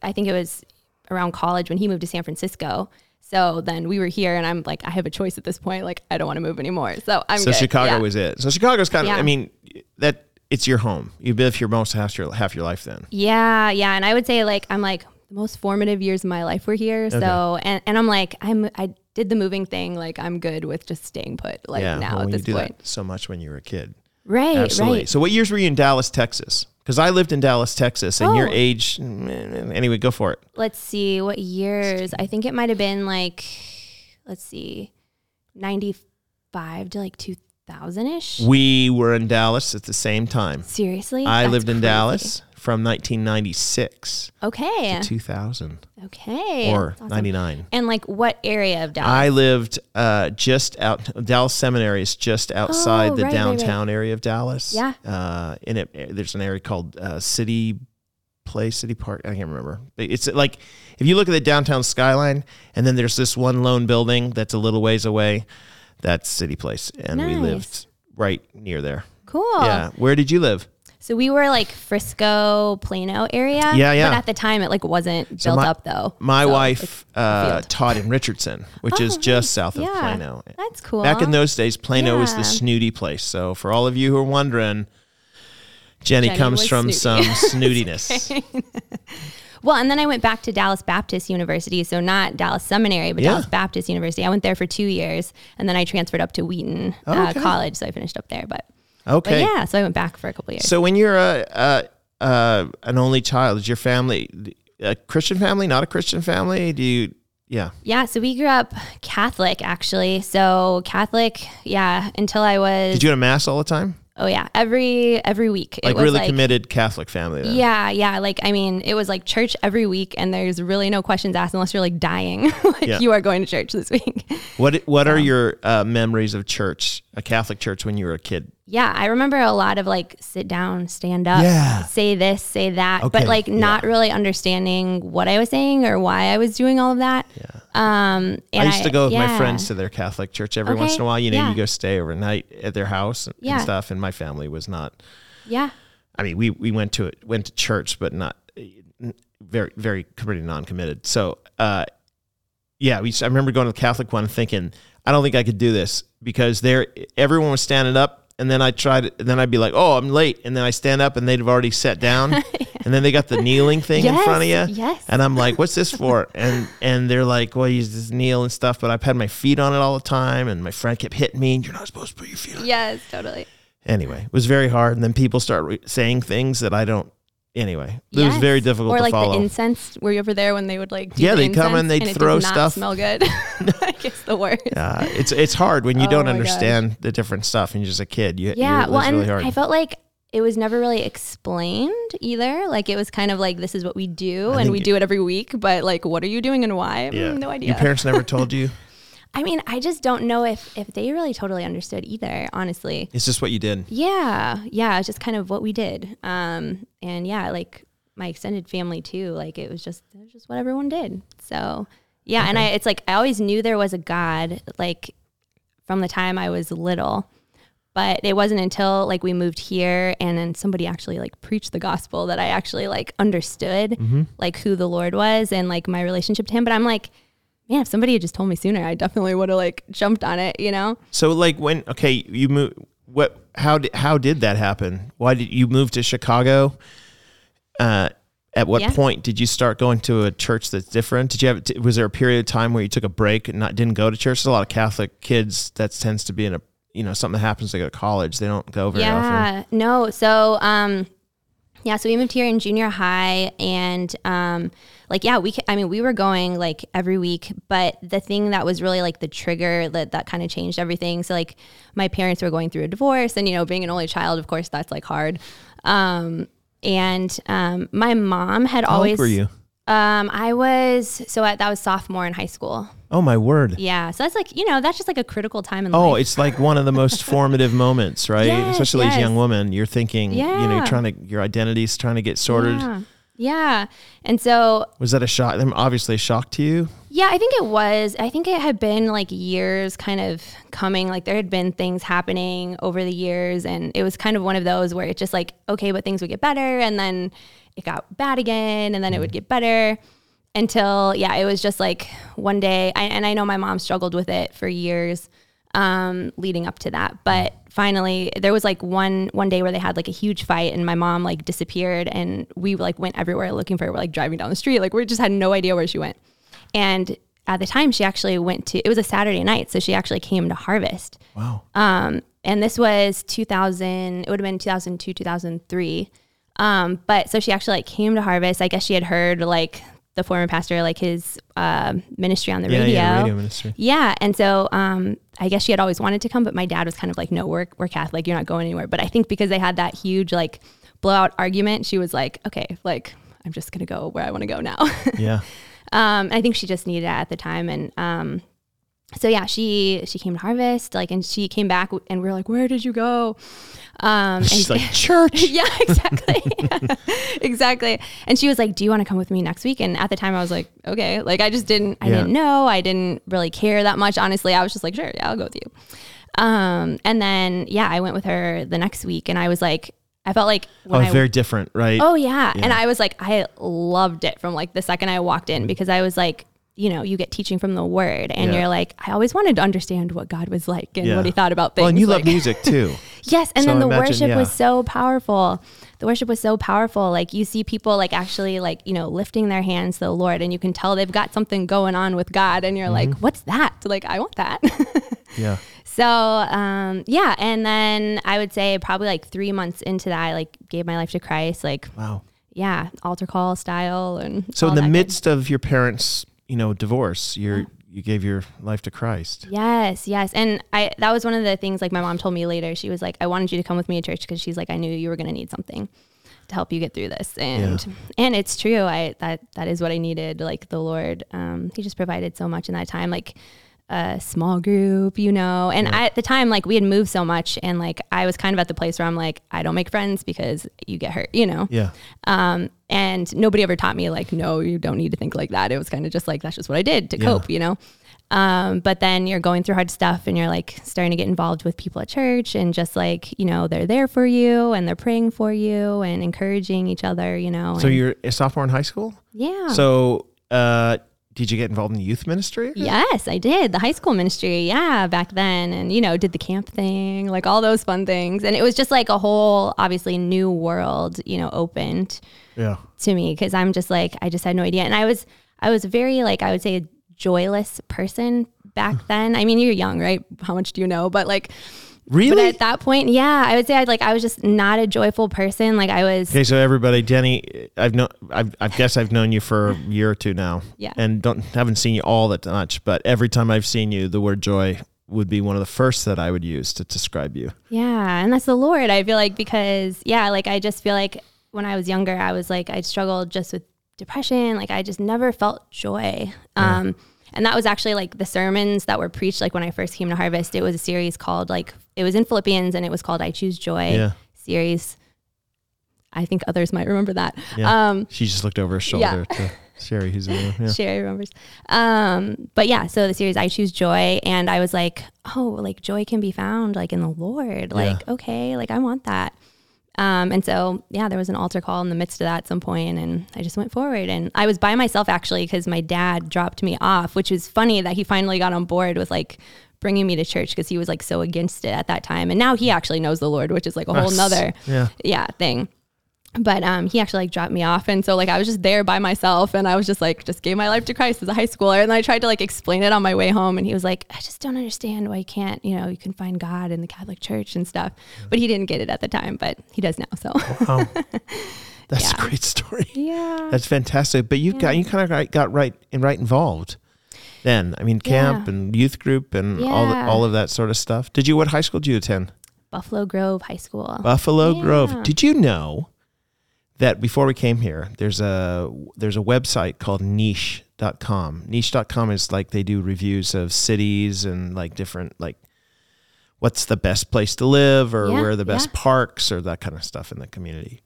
Speaker 3: I think it was around college when he moved to San Francisco. So then we were here, and I'm like, I have a choice at this point. Like I don't want to move anymore. So I'm
Speaker 2: so
Speaker 3: good.
Speaker 2: Chicago
Speaker 3: Yeah.
Speaker 2: was it. So Chicago's kind of.
Speaker 3: Yeah.
Speaker 2: I mean, that it's your home. You've been here most half your half your life then.
Speaker 3: Yeah, yeah, and I would say like I'm like the most formative years of my life were here. So and and I'm like I'm I did the moving thing. Like I'm good with just staying put. Like
Speaker 2: yeah,
Speaker 3: now
Speaker 2: well,
Speaker 3: at
Speaker 2: when
Speaker 3: this
Speaker 2: you do
Speaker 3: point,
Speaker 2: that so much when you were a kid.
Speaker 3: right,
Speaker 2: Absolutely.
Speaker 3: right.
Speaker 2: So, what years were you in Dallas, Texas? Because I lived in Dallas, Texas, and your
Speaker 3: Oh.
Speaker 2: age. mm, Anyway, go for it.
Speaker 3: Let's see what years. I think it might have been like, let's see, ninety five to like two thousand ish.
Speaker 2: We were in Dallas at the same time.
Speaker 3: Seriously,
Speaker 2: I
Speaker 3: That's
Speaker 2: lived in
Speaker 3: crazy.
Speaker 2: Dallas from 1996
Speaker 3: Okay,
Speaker 2: to 2000
Speaker 3: okay,
Speaker 2: or
Speaker 3: That's awesome.
Speaker 2: 99.
Speaker 3: And like what area of Dallas?
Speaker 2: I lived uh, just out. Dallas Seminary is just outside
Speaker 3: Oh,
Speaker 2: the
Speaker 3: right, right, right.
Speaker 2: downtown area of Dallas.
Speaker 3: Yeah.
Speaker 2: Uh, in it, there's an area called uh, City Place, City Park. I can't remember. But It's uh, like if you look at the downtown skyline, and then there's this one lone building that's a little ways away. That's City Place, and we
Speaker 3: Nice.
Speaker 2: lived right near there.
Speaker 3: cool.
Speaker 2: Yeah. Where did you live?
Speaker 3: So we were like Frisco, Plano area.
Speaker 2: Yeah, yeah.
Speaker 3: But at the time, it like wasn't
Speaker 2: So
Speaker 3: built
Speaker 2: my-
Speaker 3: up though.
Speaker 2: My
Speaker 3: So it's
Speaker 2: wife
Speaker 3: a
Speaker 2: uh,
Speaker 3: field.
Speaker 2: taught in Richardson, which is
Speaker 3: Oh,
Speaker 2: just
Speaker 3: nice.
Speaker 2: south of
Speaker 3: Yeah.
Speaker 2: Plano.
Speaker 3: That's cool.
Speaker 2: Back in those days, Plano was the
Speaker 3: Yeah.
Speaker 2: snooty place. So for all of you who are wondering, Jenny,
Speaker 3: Jenny
Speaker 2: comes
Speaker 3: was
Speaker 2: from
Speaker 3: [laughs] snooty.
Speaker 2: some snootiness.
Speaker 3: well, and then I went back to Dallas Baptist University, so not Dallas Seminary, but
Speaker 2: Yeah.
Speaker 3: Dallas Baptist University. I went there for two years, and then I transferred up to Wheaton uh,
Speaker 2: Okay.
Speaker 3: College, so I finished up there. But but
Speaker 2: Okay.
Speaker 3: yeah, so I went back for a couple years.
Speaker 2: So when you're a, a, a an only child, is your family a Christian family? Not a Christian family? Do you? Yeah.
Speaker 3: yeah, so we grew up Catholic actually. So Catholic, yeah, until I was
Speaker 2: Did you go to mass all the time?
Speaker 3: oh yeah every every week.
Speaker 2: Like
Speaker 3: it was
Speaker 2: really
Speaker 3: like
Speaker 2: committed Catholic family? Then?
Speaker 3: Yeah, yeah. Like, I mean, it was like church every week, and there's really no questions asked unless you're like dying. [laughs] like,
Speaker 2: Yeah.
Speaker 3: you are going to church this week.
Speaker 2: What What are your uh, memories of church, a Catholic church, when you were a kid?
Speaker 3: yeah, I remember a lot of like sit down, stand up,
Speaker 2: Yeah.
Speaker 3: say this, say that,
Speaker 2: Okay,
Speaker 3: but like not really understanding what I was saying or why I was doing all of that. Yeah. Um,
Speaker 2: I
Speaker 3: and
Speaker 2: used to go with my
Speaker 3: yeah.
Speaker 2: friends to their Catholic church every once in
Speaker 3: Okay,
Speaker 2: a while. You know,
Speaker 3: yeah.
Speaker 2: you go stay overnight at their house and, and
Speaker 3: Yeah.
Speaker 2: stuff. And my family was not.
Speaker 3: Yeah.
Speaker 2: I mean, we we went to it went to church, but not very very committed, non committed. So, uh, yeah, we. I remember going to the Catholic one, and thinking I don't think I could do this because there everyone was standing up. And then I tried, and then I'd be like, "Oh, I'm late," and then I stand up, and they'd have already sat
Speaker 3: [laughs]
Speaker 2: down, and then they got the kneeling thing in front of
Speaker 3: Yes,
Speaker 2: you,
Speaker 3: yes.
Speaker 2: and I'm like, "What's this for?" [laughs] And and they're like, "Well, you just kneel and stuff." But I've had my feet on it all the time, and my friend kept hitting me, and you're not supposed to put your feet on
Speaker 3: Yes, totally.
Speaker 2: anyway, it was very hard. And then people start re- saying things that I don't. Anyway, it was
Speaker 3: Yes.
Speaker 2: very difficult
Speaker 3: Or
Speaker 2: to
Speaker 3: like
Speaker 2: follow.
Speaker 3: the incense. Were you ever there when they would like? Do
Speaker 2: Yeah,
Speaker 3: the
Speaker 2: they'd come and
Speaker 3: incense
Speaker 2: they'd
Speaker 3: it
Speaker 2: throw
Speaker 3: does not
Speaker 2: stuff.
Speaker 3: Smell good. [laughs] like it's the worst.
Speaker 2: uh, it's it's hard when you
Speaker 3: [laughs] Oh
Speaker 2: don't
Speaker 3: my gosh.
Speaker 2: understand the different stuff and you're just a kid. You,
Speaker 3: Yeah,
Speaker 2: you,
Speaker 3: well,
Speaker 2: it's
Speaker 3: and
Speaker 2: really hard.
Speaker 3: I felt like it was never really explained either. Like it was kind of like this is what we do,
Speaker 2: I
Speaker 3: and
Speaker 2: think
Speaker 3: we
Speaker 2: it-
Speaker 3: do it every week. But like, what are you doing and why? Mm,
Speaker 2: yeah.
Speaker 3: no idea.
Speaker 2: Your parents never
Speaker 3: [laughs]
Speaker 2: told you.
Speaker 3: I mean, I just don't know if if they really totally understood either. Honestly,
Speaker 2: It's just what you did.
Speaker 3: yeah, yeah, it's just kind of what we did. Um, and yeah, like my extended family too. Like it was just it was just what everyone did. So yeah, and I it's like I always knew there was a God. Like from the time I was little. But it wasn't until like we moved here and then somebody actually like preached the gospel that I actually like understood like who the Lord was and like my relationship to him. But I'm like, man, if somebody had just told me sooner, I definitely would have like jumped on it, you know?
Speaker 2: So like when okay, you move. What? How did how did that happen? Why did you move to Chicago? Uh, at what
Speaker 3: Yeah.
Speaker 2: point did you start going to a church that's different? Did you have? t- Was there a period of time where you took a break and not didn't go to church? There's a lot of Catholic kids that tends to be in a you know something happens. They go to college. They don't go very often.
Speaker 3: yeah, no. So, um, yeah, so we moved here in junior high, and um, like, yeah, we. ca- I mean, we were going like every week, but the thing that was really like the trigger that that kind of changed everything. So, like, my parents were going through a divorce, and you know, being an only child, of course, that's like hard. Um, and um, my mom had
Speaker 2: How
Speaker 3: always.
Speaker 2: old were you?
Speaker 3: Um, I was so I, that was sophomore in high school.
Speaker 2: Oh my word!
Speaker 3: Yeah, so that's like you know that's just like a critical time in life.
Speaker 2: Oh, it's like one of the most formative moments, right?
Speaker 3: Yes,
Speaker 2: Especially as a young
Speaker 3: yes.
Speaker 2: woman, you're thinking, you know, you're
Speaker 3: Yeah.
Speaker 2: trying to your identity's trying to get sorted.
Speaker 3: yeah. yeah, and so
Speaker 2: Was that a shock? Obviously, a shock to you.
Speaker 3: Yeah, I think it was. I think it had been like years kind of coming. Like there had been things happening over the years. And it was kind of one of those where it's just like, okay, but things would get better. And then it got bad again. And then it would get better until, yeah, it was just like one day. I, and I know my mom struggled with it for years um, leading up to that. But finally, there was like one one day where they had like a huge fight, and my mom like disappeared, and we like went everywhere looking for her. We're like driving down the street, like we just had no idea where she went. And at the time, she actually went to, it was a Saturday night. So she actually came to harvest.
Speaker 2: Wow.
Speaker 3: Um, and this was 2000, it would have been 2002, 2003. Um, but so she actually like came to harvest. I guess she had heard like the former pastor, like his uh, ministry on the
Speaker 2: yeah,
Speaker 3: radio.
Speaker 2: yeah, radio
Speaker 3: [laughs]
Speaker 2: ministry.
Speaker 3: Yeah, and so um, I guess she had always wanted to come, but my dad was kind of like, "No, we're we're Catholic. You're not going anywhere." But I think because they had that huge like blowout argument, she was like, "Okay, like I'm just gonna go where I want to go now." [laughs]
Speaker 2: Yeah.
Speaker 3: um, I think she just needed it at the time, and um, so yeah, she she came to harvest, like, and she came back, and we were like, "Where did you go?" Um, and- [laughs]
Speaker 2: She's like church.
Speaker 3: yeah, exactly. [laughs] exactly. And she was like, "Do you want to come with me next week?" And at the time I was like, "Okay." Like I just didn't I
Speaker 2: Yeah.
Speaker 3: didn't know. I didn't really care that much honestly. I was just like, "Sure, yeah, I'll go with you." Um and then yeah, I went with her the next week and I was like I felt like
Speaker 2: Oh,
Speaker 3: when I
Speaker 2: very different, right?
Speaker 3: Oh yeah. And I was like, I loved it from like the second I walked in because I was like, you know, you get teaching from the word and
Speaker 2: Yeah.
Speaker 3: you're like, I always wanted to understand what God was like and
Speaker 2: Yeah.
Speaker 3: what he thought about things.
Speaker 2: well, and you
Speaker 3: like,
Speaker 2: love music
Speaker 3: [laughs]
Speaker 2: too.
Speaker 3: Yes, and
Speaker 2: So
Speaker 3: then
Speaker 2: I
Speaker 3: the
Speaker 2: imagine-
Speaker 3: worship
Speaker 2: yeah.
Speaker 3: was so powerful. The worship was so powerful. Like you see people like actually like, you know, lifting their hands to the Lord and you can tell they've got something going on with God and you're
Speaker 2: Mm-hmm.
Speaker 3: like, what's that? Like I want that. [laughs]
Speaker 2: yeah.
Speaker 3: so, um yeah, and then I would say probably like 3 months into that I like gave my life to Christ like
Speaker 2: Wow.
Speaker 3: yeah, altar call style and
Speaker 2: So
Speaker 3: all
Speaker 2: in the
Speaker 3: that good-
Speaker 2: midst of your parents, you know, divorce, you are you gave your life to Christ.
Speaker 3: Yes, yes. And I that was one of the things like my mom told me later. She was like, I wanted you to come with me to church because she's like, I knew you were gonna need something to help you get through this. And and it's true. I that that is what I needed. Like the Lord. Um, he just provided so much in that time, like a small group, you know. And I, at the time, like we had moved so much and like I was kind of at the place where I'm like, I don't make friends because you get hurt, you know.
Speaker 2: Yeah.
Speaker 3: Um, and nobody ever taught me like, no, you don't need to think like that. It was kind of just like that's just what I did to
Speaker 2: Yeah.
Speaker 3: cope, you know. Um, but then you're going through hard stuff and you're like starting to get involved with people at church and just like, you know, they're there for you and they're praying for you and encouraging each other, you know.
Speaker 2: So
Speaker 3: and-
Speaker 2: you're a sophomore in high school?
Speaker 3: yeah.
Speaker 2: So uh did you get involved in the youth ministry?
Speaker 3: Yes, I did. The high school ministry, yeah, back then. And, you know, did the camp thing, like all those fun things. And it was just like a whole, obviously, new world, you know, opened.
Speaker 2: Yeah.
Speaker 3: to me because I'm just like I just had no idea, and I was I was very like I would say a joyless person
Speaker 2: Mm.
Speaker 3: back then. I mean, you're young, right? How much do you know? But like, but
Speaker 2: Really?
Speaker 3: at that point, yeah, I would say I would like I was just not a joyful person. Like I was,
Speaker 2: Okay, so everybody, Denny, I've known, I've, I guess I've known you for a year or two now,
Speaker 3: Yeah.
Speaker 2: and don't haven't seen you all that much, but every time I've seen you, the word joy would be one of the first that I would use to describe you.
Speaker 3: yeah, and that's the Lord. I feel like because yeah, like I just feel like when I was younger, I was like I struggled just with depression. Like I just never felt joy. Um, And that was actually like the sermons that were preached. Like when I first came to Harvest, it was a series called like it was in Philippians, and it was called "I Choose Joy."
Speaker 2: Yeah,
Speaker 3: series. I think others might remember that.
Speaker 2: Yeah.
Speaker 3: Um,
Speaker 2: she just looked over her shoulder to Sherry, who's in the
Speaker 3: [laughs]
Speaker 2: room. Yeah.
Speaker 3: Sherry remembers. Um, but yeah, so the series I choose joy, and I was like, oh, like joy can be found like in the Lord. Like okay, like I want that. Um, and so yeah, there was an altar call in the midst of that at some point, and I just went forward. And I was by myself actually because my dad dropped me off, which was funny that he finally got on board with like bringing me to church because he was like so against it at that time, and now he actually knows the Lord, which is like a whole nother
Speaker 2: Yeah,
Speaker 3: yeah thing but um he actually like dropped me off and so like i was just there by myself and i was just like just gave my life to christ as a high schooler and i tried to like explain it on my way home and he was like i just don't understand why you can't you know you can find god in the catholic church and stuff but he didn't get it at the time but he does now so
Speaker 2: wow, that's
Speaker 3: Yeah.
Speaker 2: a great story.
Speaker 3: yeah
Speaker 2: That's fantastic. But you've got you kind of got, got right and right involved. Then, I mean, camp
Speaker 3: Yeah.
Speaker 2: and youth group and all
Speaker 3: Yeah.
Speaker 2: all of that sort of stuff. Did you? What high school did you attend?
Speaker 3: buffalo grove high school
Speaker 2: Buffalo
Speaker 3: Yeah.
Speaker 2: Grove. Did you know that before we came here, there's a there's a website called niche.com. Niche.com is like they do reviews of cities and like different like what's the best place to live or
Speaker 3: Yeah,
Speaker 2: where are the best
Speaker 3: yeah.
Speaker 2: parks or that kind of stuff in the community.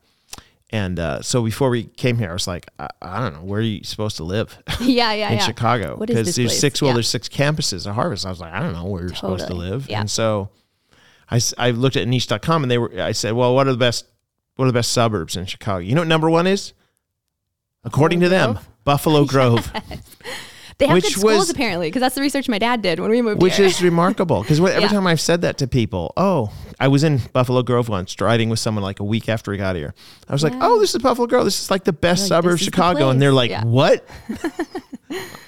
Speaker 2: And uh, so before we came here, I was like, I, I don't know, where are you supposed to live
Speaker 3: [laughs] yeah yeah
Speaker 2: in
Speaker 3: yeah
Speaker 2: Chicago?
Speaker 3: What is
Speaker 2: Because
Speaker 3: this
Speaker 2: there's
Speaker 3: place?
Speaker 2: six, well,
Speaker 3: Yeah.
Speaker 2: there's six campuses at Harvest. I was like, I don't know where you're supposed to
Speaker 3: Totally.
Speaker 2: live.
Speaker 3: Yeah.
Speaker 2: And so I, s- I looked at niche.com and they were, I said, well, what are the best, what are the best suburbs in
Speaker 3: [laughs]
Speaker 2: Chicago? You know what number one is? According to them, Buffalo Grove.
Speaker 3: They have
Speaker 2: Which
Speaker 3: good schools
Speaker 2: was-
Speaker 3: apparently, because that's the research my dad did when we moved
Speaker 2: which
Speaker 3: here.
Speaker 2: is remarkable because every
Speaker 3: Yeah.
Speaker 2: time I've said that to people, oh, I was in Buffalo Grove once driving with someone like a week after we got here. I was like,
Speaker 3: Yeah.
Speaker 2: oh, this is Buffalo Grove. This is like the best
Speaker 3: Like,
Speaker 2: suburb of
Speaker 3: this is the
Speaker 2: Chicago, and
Speaker 3: place.
Speaker 2: they're like,
Speaker 3: Yeah.
Speaker 2: what?
Speaker 3: [laughs]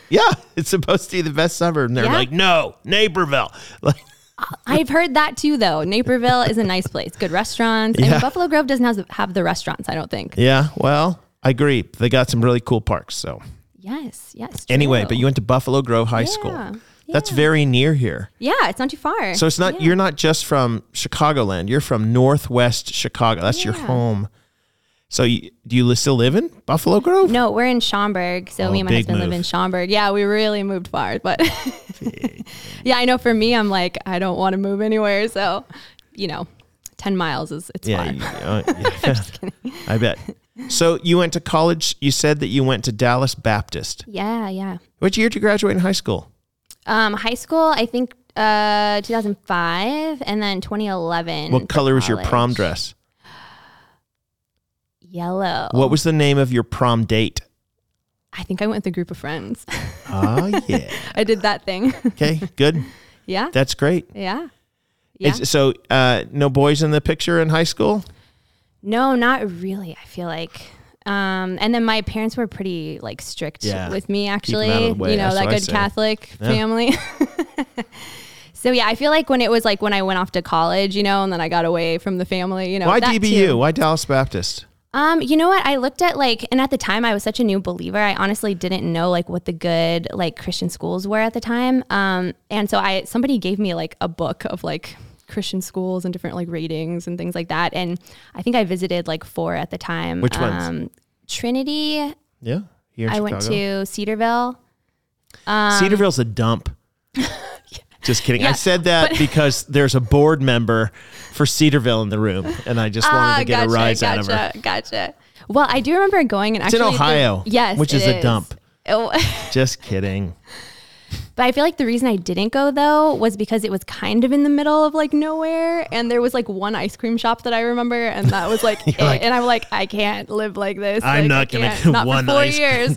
Speaker 2: yeah, it's supposed to be the best suburb, and they're
Speaker 3: Yeah.
Speaker 2: like, no, Naperville. [laughs] Like,
Speaker 3: [laughs] I've heard that too, though. Naperville is a nice place, good restaurants,
Speaker 2: Yeah.
Speaker 3: and Buffalo Grove doesn't have, have the restaurants. I don't think.
Speaker 2: yeah, well, I agree. They got some really cool parks. So
Speaker 3: Yes, yes.
Speaker 2: anyway,
Speaker 3: true.
Speaker 2: but you went to Buffalo Grove High School.
Speaker 3: Yeah,
Speaker 2: That's
Speaker 3: yeah.
Speaker 2: very near here.
Speaker 3: yeah, it's not too far.
Speaker 2: So it's not
Speaker 3: Yeah.
Speaker 2: you're not just from Chicagoland. You're from Northwest Chicago. That's your
Speaker 3: Yeah.
Speaker 2: home. So you, do you li- still live in Buffalo Grove?
Speaker 3: No, we're in Schaumburg. So
Speaker 2: Oh,
Speaker 3: me and my
Speaker 2: big
Speaker 3: husband live
Speaker 2: move.
Speaker 3: in Schaumburg. Yeah, we really moved far, but [laughs] yeah, I know for me, I'm like, I don't want to move anywhere. So, you know, 10 miles is it's
Speaker 2: Yeah,
Speaker 3: far. [laughs]
Speaker 2: you- uh, yeah. I bet. So you went to college. You said that you went to Dallas Baptist.
Speaker 3: Yeah, yeah.
Speaker 2: Which year did you graduate in high school?
Speaker 3: Um, high school, I think uh 2005 and then 2011. for
Speaker 2: What color was your prom
Speaker 3: college.
Speaker 2: dress?
Speaker 3: Yellow.
Speaker 2: What was the name of your prom
Speaker 3: [laughs]
Speaker 2: date?
Speaker 3: I think I went with a group of friends. [laughs]
Speaker 2: Ah, yeah.
Speaker 3: I did that thing. [laughs]
Speaker 2: Okay, good.
Speaker 3: yeah.
Speaker 2: That's great.
Speaker 3: Yeah. Yeah.
Speaker 2: It's, so uh, no boys in the picture in high school.
Speaker 3: No, not really. I feel like. Um, and then my parents were pretty like strict
Speaker 2: Yeah.
Speaker 3: with me actually.
Speaker 2: out of the way,
Speaker 3: You know,
Speaker 2: that's
Speaker 3: that
Speaker 2: what I
Speaker 3: good
Speaker 2: say.
Speaker 3: Catholic family. [laughs] so yeah, I feel like when it was like when I went off to college, you know, and then I got away from the family, you know.
Speaker 2: Why
Speaker 3: that
Speaker 2: DBU?
Speaker 3: too.
Speaker 2: Why Dallas Baptist?
Speaker 3: Um, you know what? I looked at like and at the time I was such a new believer. I honestly didn't know like what the good like Christian schools were at the time. Um, and so I somebody gave me like a book of like Christian schools and different like ratings and things like that. And I think I visited like four at the time. Um,
Speaker 2: Which ones?
Speaker 3: Trinity.
Speaker 2: Yeah, here in
Speaker 3: I went
Speaker 2: Chicago.
Speaker 3: to Cedarville.
Speaker 2: Cedarville's a
Speaker 3: [laughs]
Speaker 2: dump. just kidding. I
Speaker 3: Um, Yeah,
Speaker 2: said
Speaker 3: [laughs]
Speaker 2: that because there's a board member for Cedarville in the room, and I just wanted to get a rise out of her.
Speaker 3: Ah, gotcha, gotcha. Well, I do remember going and
Speaker 2: It's in
Speaker 3: actually the-
Speaker 2: Ohio,
Speaker 3: yes,
Speaker 2: which
Speaker 3: it
Speaker 2: is a dump.
Speaker 3: Oh. [laughs]
Speaker 2: Just kidding. [laughs]
Speaker 3: But I feel like the reason I didn't go though was because it was kind of in the middle of like nowhere, and there was like one ice cream shop that I remember, and that
Speaker 2: [laughs]
Speaker 3: was like, it.
Speaker 2: like-
Speaker 3: and I'm like, I can't live like this.
Speaker 2: I'm
Speaker 3: Like,
Speaker 2: not
Speaker 3: I
Speaker 2: gonna [laughs]
Speaker 3: can't.
Speaker 2: do
Speaker 3: not
Speaker 2: one
Speaker 3: for four
Speaker 2: ice cream.
Speaker 3: years. [laughs]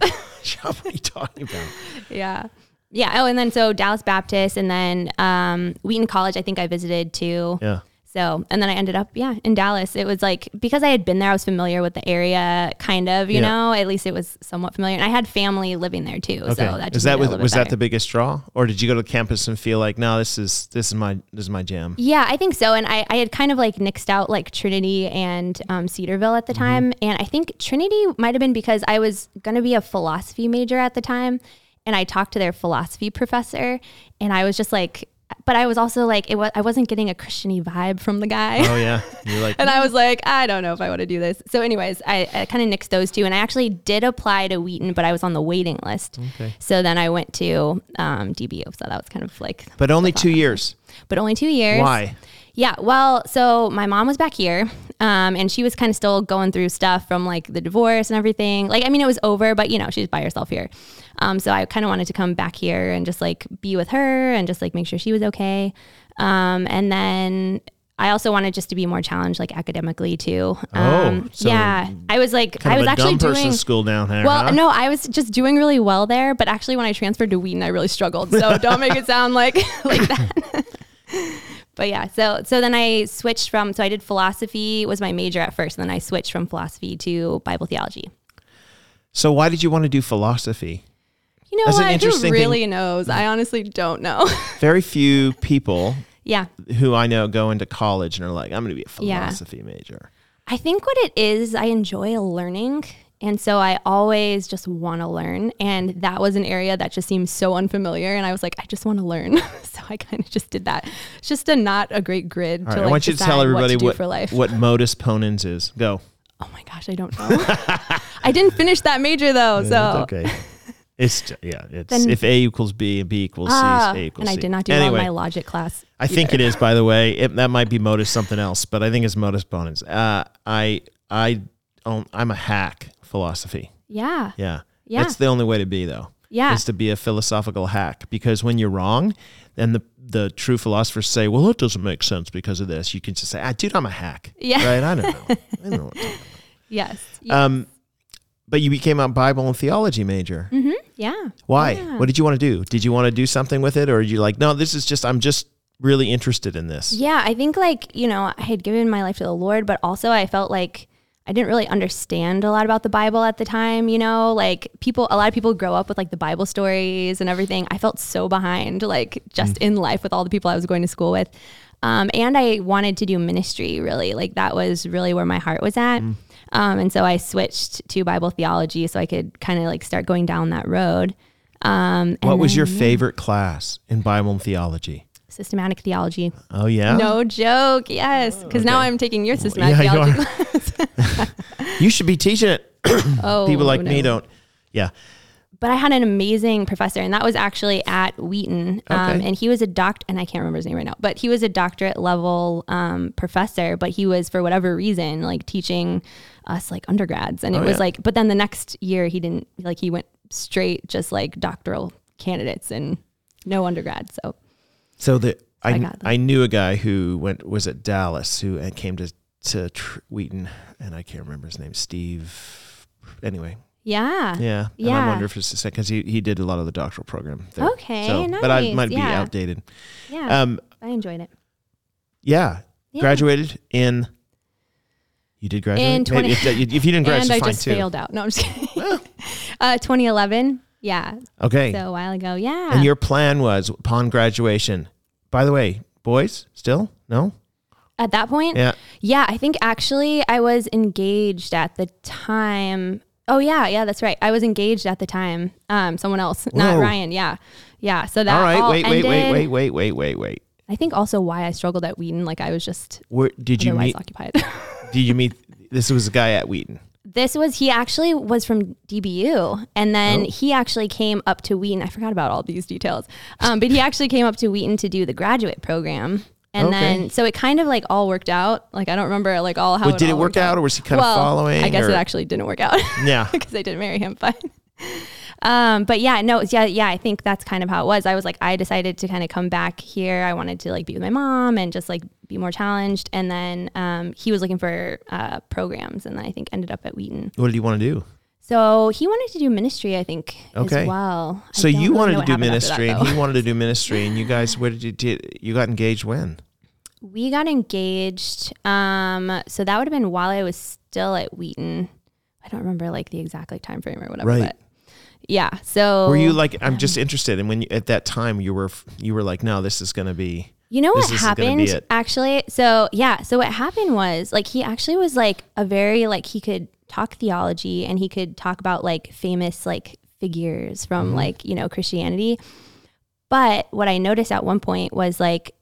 Speaker 2: what are you talking about?
Speaker 3: yeah, yeah. Oh, and then so Dallas Baptist, and then um, Wheaton College. I think I visited too.
Speaker 2: Yeah.
Speaker 3: So, and then I ended up, yeah, in Dallas. It was like because I had been there, I was familiar with the area, kind of, you
Speaker 2: Yeah.
Speaker 3: know, at least it was somewhat familiar. And I had family living there too. So
Speaker 2: Okay.
Speaker 3: that just
Speaker 2: is that
Speaker 3: made it a
Speaker 2: was,
Speaker 3: little bit
Speaker 2: was that
Speaker 3: better.
Speaker 2: the biggest draw, or did you go to campus and feel like, no, this is this is my this is my jam?
Speaker 3: Yeah, I think so. And I, I had kind of like nixed out like Trinity and um, Cedarville at the
Speaker 2: Mm-hmm.
Speaker 3: time. And I think Trinity might have been because I was going to be a philosophy major at the time. And I talked to their philosophy professor. And I was just like, but I was also like, it was, I wasn't getting a Christian y vibe from the guy.
Speaker 2: Oh yeah, you're like
Speaker 3: [laughs] And I was like, I don't know if I want to do this. So, anyways, I, I kind of nixed those two. And I actually did apply to Wheaton, but I was on the waiting list.
Speaker 2: okay,
Speaker 3: So then I went to um, DBU. So that was kind of like,
Speaker 2: but only two years.
Speaker 3: but only two years.
Speaker 2: Why?
Speaker 3: Yeah, well, so my mom was back here, um, and she was kind of still going through stuff from like the divorce and everything. Like, I mean, it was over, but you know, she's by herself here. Um, so I kind of wanted to come back here and just like be with her and just like make sure she was okay. Um, and then I also wanted just to be more challenged, like academically too. Um,
Speaker 2: Oh, so
Speaker 3: yeah, I was like,
Speaker 2: Kind
Speaker 3: I
Speaker 2: of
Speaker 3: was
Speaker 2: a
Speaker 3: actually
Speaker 2: dumb person
Speaker 3: doing.
Speaker 2: school down there.
Speaker 3: Well,
Speaker 2: huh?
Speaker 3: no, I was just doing really well there, but actually, when I transferred to Wheaton, I really struggled.
Speaker 2: [laughs]
Speaker 3: So don't make it sound like [laughs] like that. [laughs] but yeah, so so then I switched from so I did philosophy was my major at first, and then I switched from philosophy to Bible theology.
Speaker 2: So why did you want to do philosophy?
Speaker 3: You know
Speaker 2: That's an
Speaker 3: what? Who
Speaker 2: interesting
Speaker 3: really knows? I honestly don't know. [laughs]
Speaker 2: Very few people
Speaker 3: yeah,
Speaker 2: who I know go into college and are like, I'm going to be a
Speaker 3: Yeah.
Speaker 2: philosophy major.
Speaker 3: I think what it is, I enjoy learning. And so I always just want to learn. And that was an area that just seemed so unfamiliar. And I was like, I just want to learn. [laughs] so I kind of just did that. It's just a not a great grid
Speaker 2: All
Speaker 3: to
Speaker 2: right,
Speaker 3: like
Speaker 2: I want you to
Speaker 3: decide
Speaker 2: tell everybody
Speaker 3: what to do
Speaker 2: what
Speaker 3: for life.
Speaker 2: what modus ponens is.
Speaker 3: [laughs]
Speaker 2: Go.
Speaker 3: Oh my gosh,
Speaker 2: [laughs]
Speaker 3: I don't know. I didn't finish that major though. so
Speaker 2: Uh,
Speaker 3: [laughs]
Speaker 2: okay. It's ju- yeah. It's
Speaker 3: Then-
Speaker 2: if a equals b and b equals
Speaker 3: Ah,
Speaker 2: c, is a equals
Speaker 3: and I
Speaker 2: C.
Speaker 3: did not do
Speaker 2: anyway,
Speaker 3: well in my logic class.
Speaker 2: I think it is. By the way, it, that might be modus something else, but I think it's modus ponens. Uh, I I own, I'm a hack philosophy.
Speaker 3: Yeah.
Speaker 2: Yeah.
Speaker 3: Yeah.
Speaker 2: That's the only way to be though.
Speaker 3: Yeah.
Speaker 2: Is to be a philosophical hack because when you're wrong, then the the true philosophers say, "Well, it doesn't make sense because of this." You can just say, "Ah, dude, I'm a hack."
Speaker 3: [laughs] [laughs] Yeah.
Speaker 2: Uh,
Speaker 3: [laughs]
Speaker 2: Right? I don't know. I don't know. what to do.
Speaker 3: Yes.
Speaker 2: Um, But you became a Bible and theology major.
Speaker 3: Yeah.
Speaker 2: Why?
Speaker 3: Mm-hmm. Yeah.
Speaker 2: What did you want to do? Did you want to do something with it, or are you like, no, this is just I'm just really interested in this?
Speaker 3: Yeah, I think like, you know, I had given my life to the Lord, but also I felt like I didn't really understand a lot about the Bible at the time, you know, like people a lot of people grow up with like the Bible stories and everything. I felt so behind like just in life with all the people I was going to school with. Um, and I wanted to do ministry really. Like that was really where my heart was at. Um, and so I switched to Bible theology so I could kind of like start going down that road. Um, and
Speaker 2: What was
Speaker 3: then
Speaker 2: your favorite class in Bible and theology?
Speaker 3: systematic theology?
Speaker 2: Oh yeah, [laughs]
Speaker 3: No joke. Yes, because now I'm taking your systematic
Speaker 2: Oh. yeah, you
Speaker 3: theology
Speaker 2: are. [laughs]
Speaker 3: class.
Speaker 2: you should be teaching it.
Speaker 3: Oh,
Speaker 2: People like me
Speaker 3: no.
Speaker 2: don't. Yeah,
Speaker 3: But I had an amazing professor, and that was actually at Wheaton. Um,
Speaker 2: Okay.
Speaker 3: and he was a doctor, and I can't remember his name right now, but he was a doctorate level um, professor. But he was, for whatever reason, like teaching us like undergrads, and it
Speaker 2: Oh,
Speaker 3: was
Speaker 2: yeah.
Speaker 3: like. But then the next year, he didn't like he went straight just like doctoral candidates and no undergrad. So
Speaker 2: So the I,
Speaker 3: I
Speaker 2: I,
Speaker 3: got them.
Speaker 2: knew a guy who went was at Dallas who and came to to Tr- Wheaton and I can't remember his name Steve. Anyway,
Speaker 3: yeah,
Speaker 2: yeah, And I
Speaker 3: Yeah.
Speaker 2: wonder if it's the second because he, he did a lot of the doctoral program. There.
Speaker 3: Okay,
Speaker 2: but I
Speaker 3: nice,
Speaker 2: might be
Speaker 3: yeah.
Speaker 2: outdated.
Speaker 3: yeah,
Speaker 2: Um,
Speaker 3: I enjoyed it.
Speaker 2: yeah,
Speaker 3: Yeah.
Speaker 2: graduated in. You did graduate
Speaker 3: In 20
Speaker 2: Maybe if, that- if you
Speaker 3: [laughs]
Speaker 2: didn't graduate,
Speaker 3: and I
Speaker 2: it's fine
Speaker 3: just
Speaker 2: too.
Speaker 3: failed out. No, I'm just kidding. [laughs] uh, 2011. Yeah.
Speaker 2: Okay,
Speaker 3: So a while ago. Yeah.
Speaker 2: and your plan was upon graduation. By the way, boys, still no,
Speaker 3: At that point?
Speaker 2: yeah,
Speaker 3: Yeah, I think actually I was engaged at the time. Oh yeah, yeah, that's right. I was engaged at the time. Um, someone else, not
Speaker 2: Whoa.
Speaker 3: Ryan. Yeah, yeah. So that
Speaker 2: all right.
Speaker 3: all
Speaker 2: Wait, wait,
Speaker 3: ended.
Speaker 2: wait, wait, wait, wait, wait, wait.
Speaker 3: I think also why I struggled at Wheaton, like I was just
Speaker 2: Where did you
Speaker 3: otherwise
Speaker 2: meet?
Speaker 3: occupied. [laughs]
Speaker 2: Did you meet? This was a guy at Wheaton.
Speaker 3: this was he actually was from DBU, and then
Speaker 2: Oh.
Speaker 3: he actually came up to Wheaton. I forgot about all these details, um, but he actually came up to Wheaton to do the graduate program. And
Speaker 2: Okay.
Speaker 3: then, so it kind of like all worked out. Like I don't remember like all how.
Speaker 2: Well, did it
Speaker 3: all
Speaker 2: work
Speaker 3: worked
Speaker 2: out, or was he kind
Speaker 3: well,
Speaker 2: of following?
Speaker 3: I guess
Speaker 2: or?
Speaker 3: it actually didn't work out. [laughs]
Speaker 2: Yeah.
Speaker 3: because I didn't marry him, but um, but yeah, no, it's- yeah, yeah. I think that's kind of how it was. I was like, I decided to kind of come back here. I wanted to like be with my mom and just like be more challenged. And then um, he was looking for uh, programs, and then I think ended up at Wheaton.
Speaker 2: What did you want to do?
Speaker 3: So he wanted to do ministry, I think,
Speaker 2: Okay.
Speaker 3: as well. I
Speaker 2: So
Speaker 3: don't
Speaker 2: you
Speaker 3: really
Speaker 2: wanted
Speaker 3: know
Speaker 2: to
Speaker 3: what
Speaker 2: do
Speaker 3: happened after
Speaker 2: ministry,
Speaker 3: that,
Speaker 2: and he
Speaker 3: though.
Speaker 2: wanted to do ministry, and you guys, where did you did you got engaged when?
Speaker 3: we got engaged. Um, so that would have been while I was still at Wheaton. I don't remember like the exact like time frame or whatever.
Speaker 2: Right.
Speaker 3: But yeah. So
Speaker 2: Were you like, I'm just interested, and when you, at that time you were f- you were like, no, this is going to be
Speaker 3: You know
Speaker 2: This
Speaker 3: what
Speaker 2: is gonna be
Speaker 3: happened
Speaker 2: it.
Speaker 3: actually? So, yeah, so what happened was like he actually was like a very like he could talk theology and he could talk about like famous like figures from
Speaker 2: Mm-hmm.
Speaker 3: like, you know, Christianity. But what I noticed at one point was like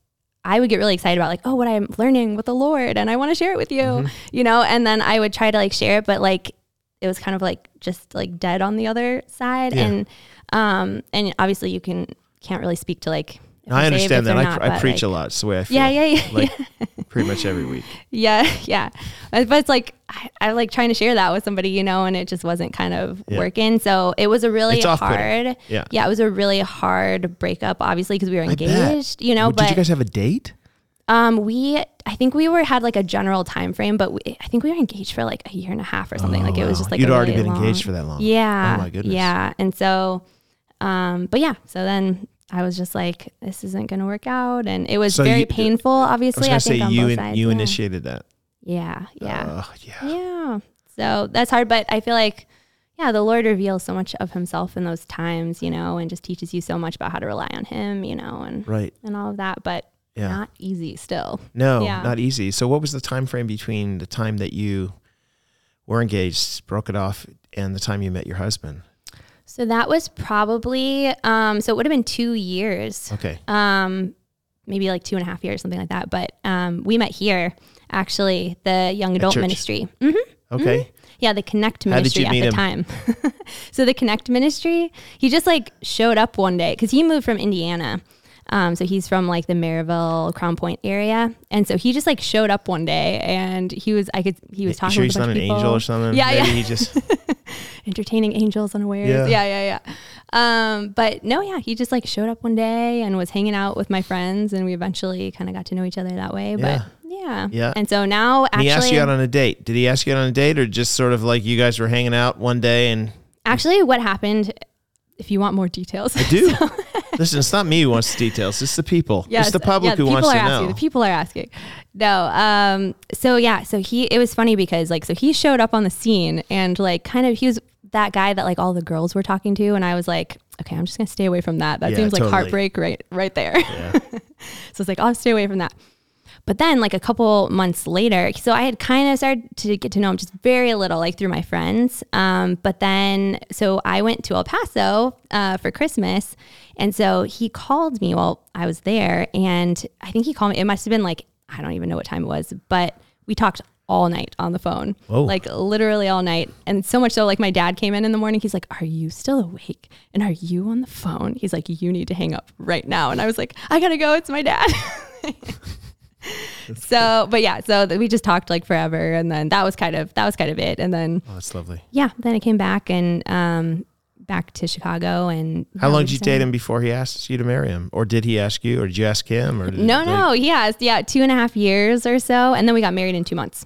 Speaker 3: I would get really excited about like, oh, what I'm learning with the Lord and I want to share it with you,
Speaker 2: Mm-hmm.
Speaker 3: you know, and then I would try to like share it, but like it was kind of like just like dead on the other side
Speaker 2: Yeah.
Speaker 3: and um and obviously you can can't really speak to like if
Speaker 2: I
Speaker 3: they're saved, if
Speaker 2: understand that.
Speaker 3: they're
Speaker 2: I,
Speaker 3: not,
Speaker 2: pr- I
Speaker 3: but,
Speaker 2: preach
Speaker 3: like-
Speaker 2: a lot. It's the way I feel.
Speaker 3: yeah, yeah, yeah,
Speaker 2: Like pretty much every week.
Speaker 3: [laughs] yeah, yeah. Uh, But it's like I, I like trying to share that with somebody, you know, and it just wasn't kind of
Speaker 2: Yeah.
Speaker 3: working. So it was a really
Speaker 2: It's off-putting.
Speaker 3: hard,
Speaker 2: Yeah.
Speaker 3: it was a really hard breakup, obviously, because we were
Speaker 2: bet.
Speaker 3: engaged, you know.
Speaker 2: Well,
Speaker 3: but
Speaker 2: did you guys have a date?
Speaker 3: um, we, I think we were had like a general time frame, but we, I think we were engaged for like a year and a half or something. like it was
Speaker 2: wow.
Speaker 3: just like
Speaker 2: you'd
Speaker 3: a
Speaker 2: already
Speaker 3: really
Speaker 2: been engaged
Speaker 3: long-
Speaker 2: for that long.
Speaker 3: yeah.
Speaker 2: Oh my goodness.
Speaker 3: Yeah. And so, um, but yeah, so then I was just like, this isn't going to work out. And it was
Speaker 2: So
Speaker 3: very
Speaker 2: you-
Speaker 3: painful,
Speaker 2: I was
Speaker 3: obviously. I,
Speaker 2: going to
Speaker 3: think
Speaker 2: say
Speaker 3: on
Speaker 2: you
Speaker 3: both
Speaker 2: in,
Speaker 3: sides.
Speaker 2: you
Speaker 3: yeah.
Speaker 2: initiated that.
Speaker 3: Yeah. Yeah.
Speaker 2: Oh, yeah.
Speaker 3: Yeah. So that's hard, but I feel like, yeah, the Lord reveals so much of Himself in those times, you know, and just teaches you so much about how to rely on Him, you know, and
Speaker 2: Right.
Speaker 3: and all of that. But
Speaker 2: Yeah.
Speaker 3: not easy still.
Speaker 2: No,
Speaker 3: Yeah.
Speaker 2: not easy. So what was the time frame between the time that you were engaged, broke it off, and the time you met your husband?
Speaker 3: So that was probably, um, so it would have been two years,
Speaker 2: Okay.
Speaker 3: um, maybe like two and a half years, something like that. But um, we met here, actually, the young adult
Speaker 2: church.
Speaker 3: ministry.
Speaker 2: Okay.
Speaker 3: Yeah, the Connect
Speaker 2: How did
Speaker 3: ministry
Speaker 2: you
Speaker 3: at
Speaker 2: meet
Speaker 3: the
Speaker 2: him?
Speaker 3: time. [laughs] so the Connect ministry, he just like showed up one day because he moved from Indiana. Um, so he's from like the Maryville Crown Point area, and so he just like showed up one day, and he was I could he was
Speaker 2: You
Speaker 3: talking.
Speaker 2: sure
Speaker 3: with
Speaker 2: he's
Speaker 3: a bunch
Speaker 2: not an
Speaker 3: of people,
Speaker 2: angel or something?
Speaker 3: Yeah,
Speaker 2: Maybe
Speaker 3: yeah.
Speaker 2: he
Speaker 3: [laughs]
Speaker 2: just
Speaker 3: entertaining angels unawares.
Speaker 2: Yeah.
Speaker 3: Yeah, yeah, yeah. Um, but no, yeah, he just like showed up one day and was hanging out with my friends, and we eventually kind of got to know each other that
Speaker 2: Yeah.
Speaker 3: way. But yeah, Yeah.
Speaker 2: Yeah.
Speaker 3: And so now
Speaker 2: And
Speaker 3: actually,
Speaker 2: he asked you out on a date. Did he ask you out on a date or just sort of like you guys were hanging out one day
Speaker 3: [laughs]
Speaker 2: and
Speaker 3: actually what happened, if you want more details. I
Speaker 2: do? Listen, it's not me who wants the details. It's the people. it's the public who
Speaker 3: people
Speaker 2: wants
Speaker 3: are
Speaker 2: to
Speaker 3: asking.
Speaker 2: know.
Speaker 3: The people are asking. No. Um. So yeah. So he. It was funny because like so he showed up on the scene and like kind of he was that guy that like all the girls were talking to and I was like okay I'm just gonna stay away from that that
Speaker 2: Yeah,
Speaker 3: seems like
Speaker 2: totally.
Speaker 3: heartbreak right right there. [laughs] so it's like I'll stay away from that. But then like a couple months later, so I had kind of started to get to know him just very little, like through my friends. Um, but then so I went to El Paso uh, for Christmas, and so he called me while I was there, and I think he called me. It must have been like I don't even know what time it was, but we talked all night on the phone,
Speaker 2: Whoa.
Speaker 3: like literally all night, and so much so like my dad came in in the morning. He's like, "Are you still awake? And are you on the phone?" He's like, "You need to hang up right now," and I was like, "I gotta go. It's my dad." [laughs] so but yeah so th- we just talked like forever and then that was kind of that was kind of it and then
Speaker 2: oh, that's lovely.
Speaker 3: yeah then i came back and um back to chicago and
Speaker 2: How
Speaker 3: yeah,
Speaker 2: long
Speaker 3: we
Speaker 2: did you
Speaker 3: just
Speaker 2: date
Speaker 3: hung-
Speaker 2: him before he asked you to marry him? Or did he ask you? Or did you ask him? Or did
Speaker 3: no no he has yeah two and a half years or so and then we got married in two months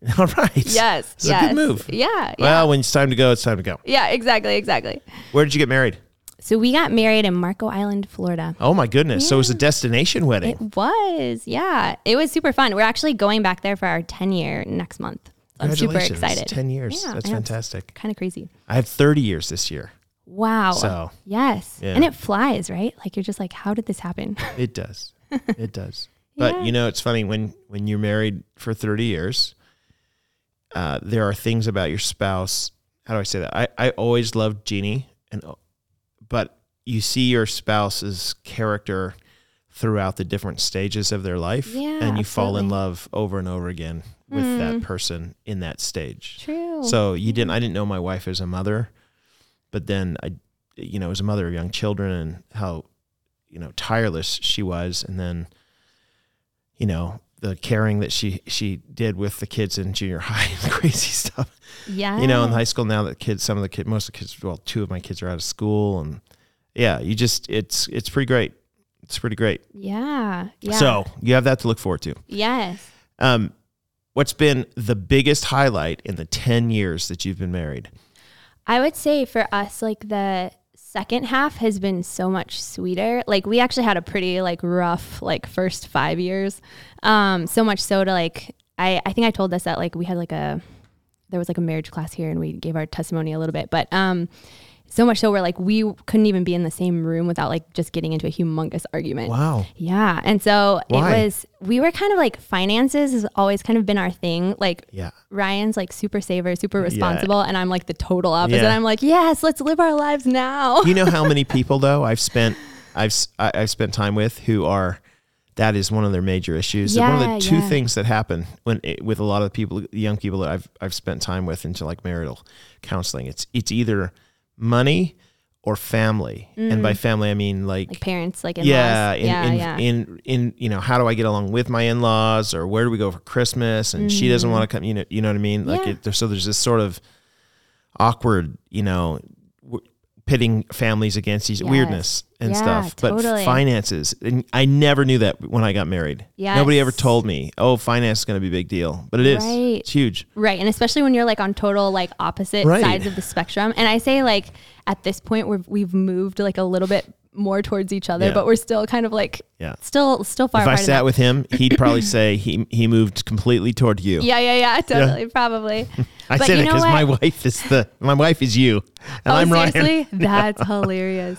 Speaker 2: no. [laughs] All right.
Speaker 3: yes
Speaker 2: It's a good
Speaker 3: yes
Speaker 2: move.
Speaker 3: yeah yeah,
Speaker 2: Well, when it's time to go, it's time to go.
Speaker 3: yeah exactly exactly
Speaker 2: Where did you get married?
Speaker 3: so we got married in marco island florida
Speaker 2: Oh my goodness. So it was a destination wedding.
Speaker 3: it was yeah it was super fun we're actually going back there for our 10 year next month i'm super
Speaker 2: Congratulations.
Speaker 3: excited
Speaker 2: 10 years.
Speaker 3: Yeah,
Speaker 2: That's
Speaker 3: I know.
Speaker 2: fantastic.
Speaker 3: kind of crazy
Speaker 2: I have 30 years this year.
Speaker 3: Oh, Wow. [laughs]
Speaker 2: So-
Speaker 3: yes.
Speaker 2: Yeah.
Speaker 3: And it flies, right? Like you're just like, how did this happen? [laughs]
Speaker 2: It does. It does. But
Speaker 3: Yeah.
Speaker 2: you know, it's funny when when you're married for 30 years, uh, there are things about your spouse. How do I say that? I, I always loved Jeannie, and uh, but you see your spouse's character throughout the different stages of their life,
Speaker 3: Yeah,
Speaker 2: and you fall in
Speaker 3: absolutely. Mm.
Speaker 2: love over and over again with that person in that stage.
Speaker 3: True.
Speaker 2: So you didn't. I didn't know my wife as a mother, but then I, you know, as a mother of young children and how, you know, tireless she was, and then, you know, the caring that she she did with the kids in junior [laughs] high and crazy stuff.
Speaker 3: yeah.
Speaker 2: You know, in high school now that kids, some of the kids, most of the kids, well, two of my kids are out of school, and yeah, you just it's it's pretty great. It's pretty great.
Speaker 3: Yeah. Yeah.
Speaker 2: So you have that to look forward to.
Speaker 3: yes.
Speaker 2: Um, what's been the biggest highlight in the ten years that you've been married?
Speaker 3: I would say for us, like the second half has been so much sweeter. Like we actually had a pretty like rough like first five years. Um, so much so to like I, I think I told this that like we had like a there was like a marriage class here and we gave our testimony a little bit, but um so much so we're like we couldn't even be in the same room without like just getting into a humongous argument.
Speaker 2: Wow.
Speaker 3: Yeah. And so
Speaker 2: Why?
Speaker 3: it was, we were kind of like finances has always kind of been our thing. Like
Speaker 2: Yeah.
Speaker 3: Ryan's like super saver, super responsible. And I'm like the total opposite.
Speaker 2: Yeah.
Speaker 3: I'm like, yes, let's live our lives now.
Speaker 2: You know how many people though I've spent I've s- I, have i have spent time with who are that is one of their major issues. They're one
Speaker 3: Yeah,
Speaker 2: of the two
Speaker 3: yeah.
Speaker 2: things that happen when it, with a lot of the people, the young people that I've I've spent time with into like marital counseling. It's it's either money or family, and by family I mean like.
Speaker 3: [laughs] Mm. Like parents, like in-laws.
Speaker 2: yeah, in,
Speaker 3: yeah,
Speaker 2: in,
Speaker 3: yeah.
Speaker 2: in in you know, how do I get along with my in-laws, or where do we go for Christmas? And she doesn't want to come. You know, you know what I mean. Like,
Speaker 3: Mm. Yeah.
Speaker 2: it, there, so there's this sort of awkward, you know, w- pitting families against each
Speaker 3: Yes.
Speaker 2: weirdness and
Speaker 3: Yeah,
Speaker 2: stuff. But
Speaker 3: totally.
Speaker 2: finances, and I never knew that when I got married. Nobody ever
Speaker 3: Yes.
Speaker 2: told me, oh, finance is going to be a big deal, but it is.
Speaker 3: Right.
Speaker 2: It's huge.
Speaker 3: Right. And especially when you're like on total like opposite
Speaker 2: Right.
Speaker 3: sides of the spectrum. And I say like at this point we've we've moved like a little bit more towards each other,
Speaker 2: Yeah.
Speaker 3: but we're still kind of like
Speaker 2: Yeah.
Speaker 3: still still far
Speaker 2: If I
Speaker 3: apart. in that
Speaker 2: sat with
Speaker 3: [coughs]
Speaker 2: him, he'd probably say he he moved completely toward you.
Speaker 3: yeah, yeah, yeah, totally, probably.
Speaker 2: [laughs] I
Speaker 3: But
Speaker 2: said
Speaker 3: you
Speaker 2: it
Speaker 3: know
Speaker 2: because
Speaker 3: what? Oh,
Speaker 2: my wife is the my wife is you, and I'm Ryan.
Speaker 3: seriously?
Speaker 2: [laughs]
Speaker 3: That's hilarious.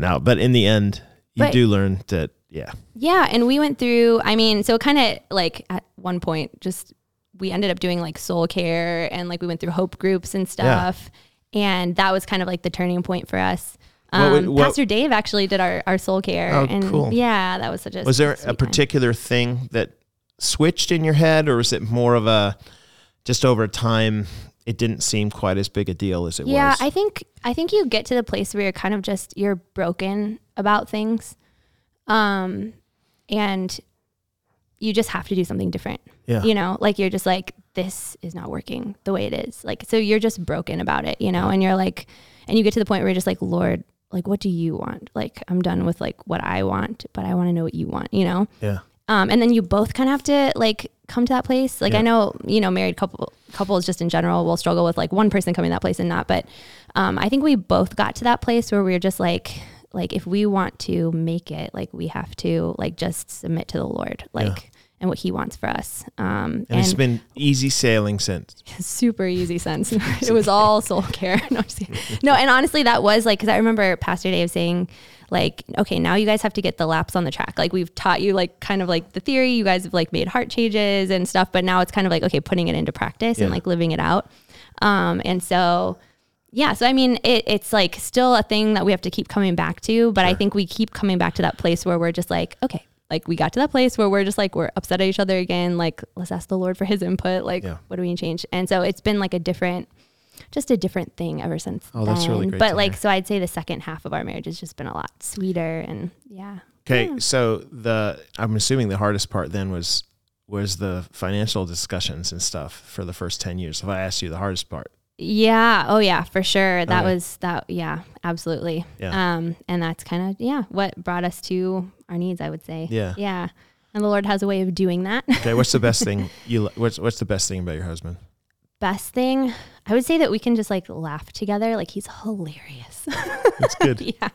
Speaker 2: No, but in the end, you
Speaker 3: But-
Speaker 2: do learn that. Yeah,
Speaker 3: Yeah, and we went through. I mean, so kind of like at one point, just we ended up doing like soul care and like we went through hope groups and stuff, and that was kind of like the turning point for us.
Speaker 2: What
Speaker 3: Um,
Speaker 2: would- what-
Speaker 3: Pastor Dave actually did our, our soul care.
Speaker 2: Oh,
Speaker 3: and
Speaker 2: cool.
Speaker 3: Yeah, that was such a.
Speaker 2: was there
Speaker 3: sweet
Speaker 2: a
Speaker 3: time.
Speaker 2: particular thing that switched in your head, or was it more of a just over time? It didn't seem quite as big a deal as it
Speaker 3: yeah,
Speaker 2: was.
Speaker 3: I think I think you get to the place where you're kind of just you're broken about things, um, and you just have to do something different.
Speaker 2: Yeah.
Speaker 3: you know, like you're just like this is not working the way it is. Like so, you're just broken about it, you know, and you're like, and you get to the point where you're just like, Lord, like what do you want? Like I'm done with like what I want, but I want to know what you want, you know.
Speaker 2: yeah,
Speaker 3: Um, and then you both kind of have to like come to that place. Like I know, you know, married couple couples just in general will struggle with like one person coming to that place and not. But um, I think we both got to that place where we were just like, like if we want to make it, like we have to like just submit to the Lord, like and what He wants for us. Um,
Speaker 2: And, it's been easy sailing since.
Speaker 3: [laughs] super easy sense. [laughs] it was all soul care. [laughs] No, I'm just kidding. no, and honestly, that was like because I remember Pastor Dave saying, like, okay, now you guys have to get the laps on the track. Like we've taught you like kind of like the theory. You guys have like made heart changes and stuff, but now it's kind of like okay, putting it into practice and
Speaker 2: Yeah.
Speaker 3: like living it out. Um, and so. Yeah, so I mean, it, it's like still a thing that we have to keep coming back to, but I think we keep coming back to that place where we're just like, okay, like we got to that place where we're just like we're upset at each other again. Like, let's ask the Lord for His input. Like,
Speaker 2: Yeah.
Speaker 3: what do we need to change? And so it's been like a different, just a different thing ever since.
Speaker 2: Oh, that's
Speaker 3: then.
Speaker 2: really great to
Speaker 3: But like,
Speaker 2: hear.
Speaker 3: so I'd say the second half of our marriage has just been a lot sweeter, and yeah,
Speaker 2: Okay, so the I'm assuming the hardest part then was was the financial discussions and stuff for the first ten years. If I asked you the hardest part,
Speaker 3: yeah, oh yeah, for sure. That
Speaker 2: Okay.
Speaker 3: was that. Yeah, absolutely.
Speaker 2: Yeah.
Speaker 3: Um, and that's kind of yeah what brought us to our needs. I would say.
Speaker 2: Yeah.
Speaker 3: Yeah. And the Lord has a way of doing that. [laughs]
Speaker 2: okay, what's the best thing you li- what's what's the best thing about your husband?
Speaker 3: best thing i would say that we can just like laugh together like he's hilarious [laughs]
Speaker 2: That's good.
Speaker 3: yeah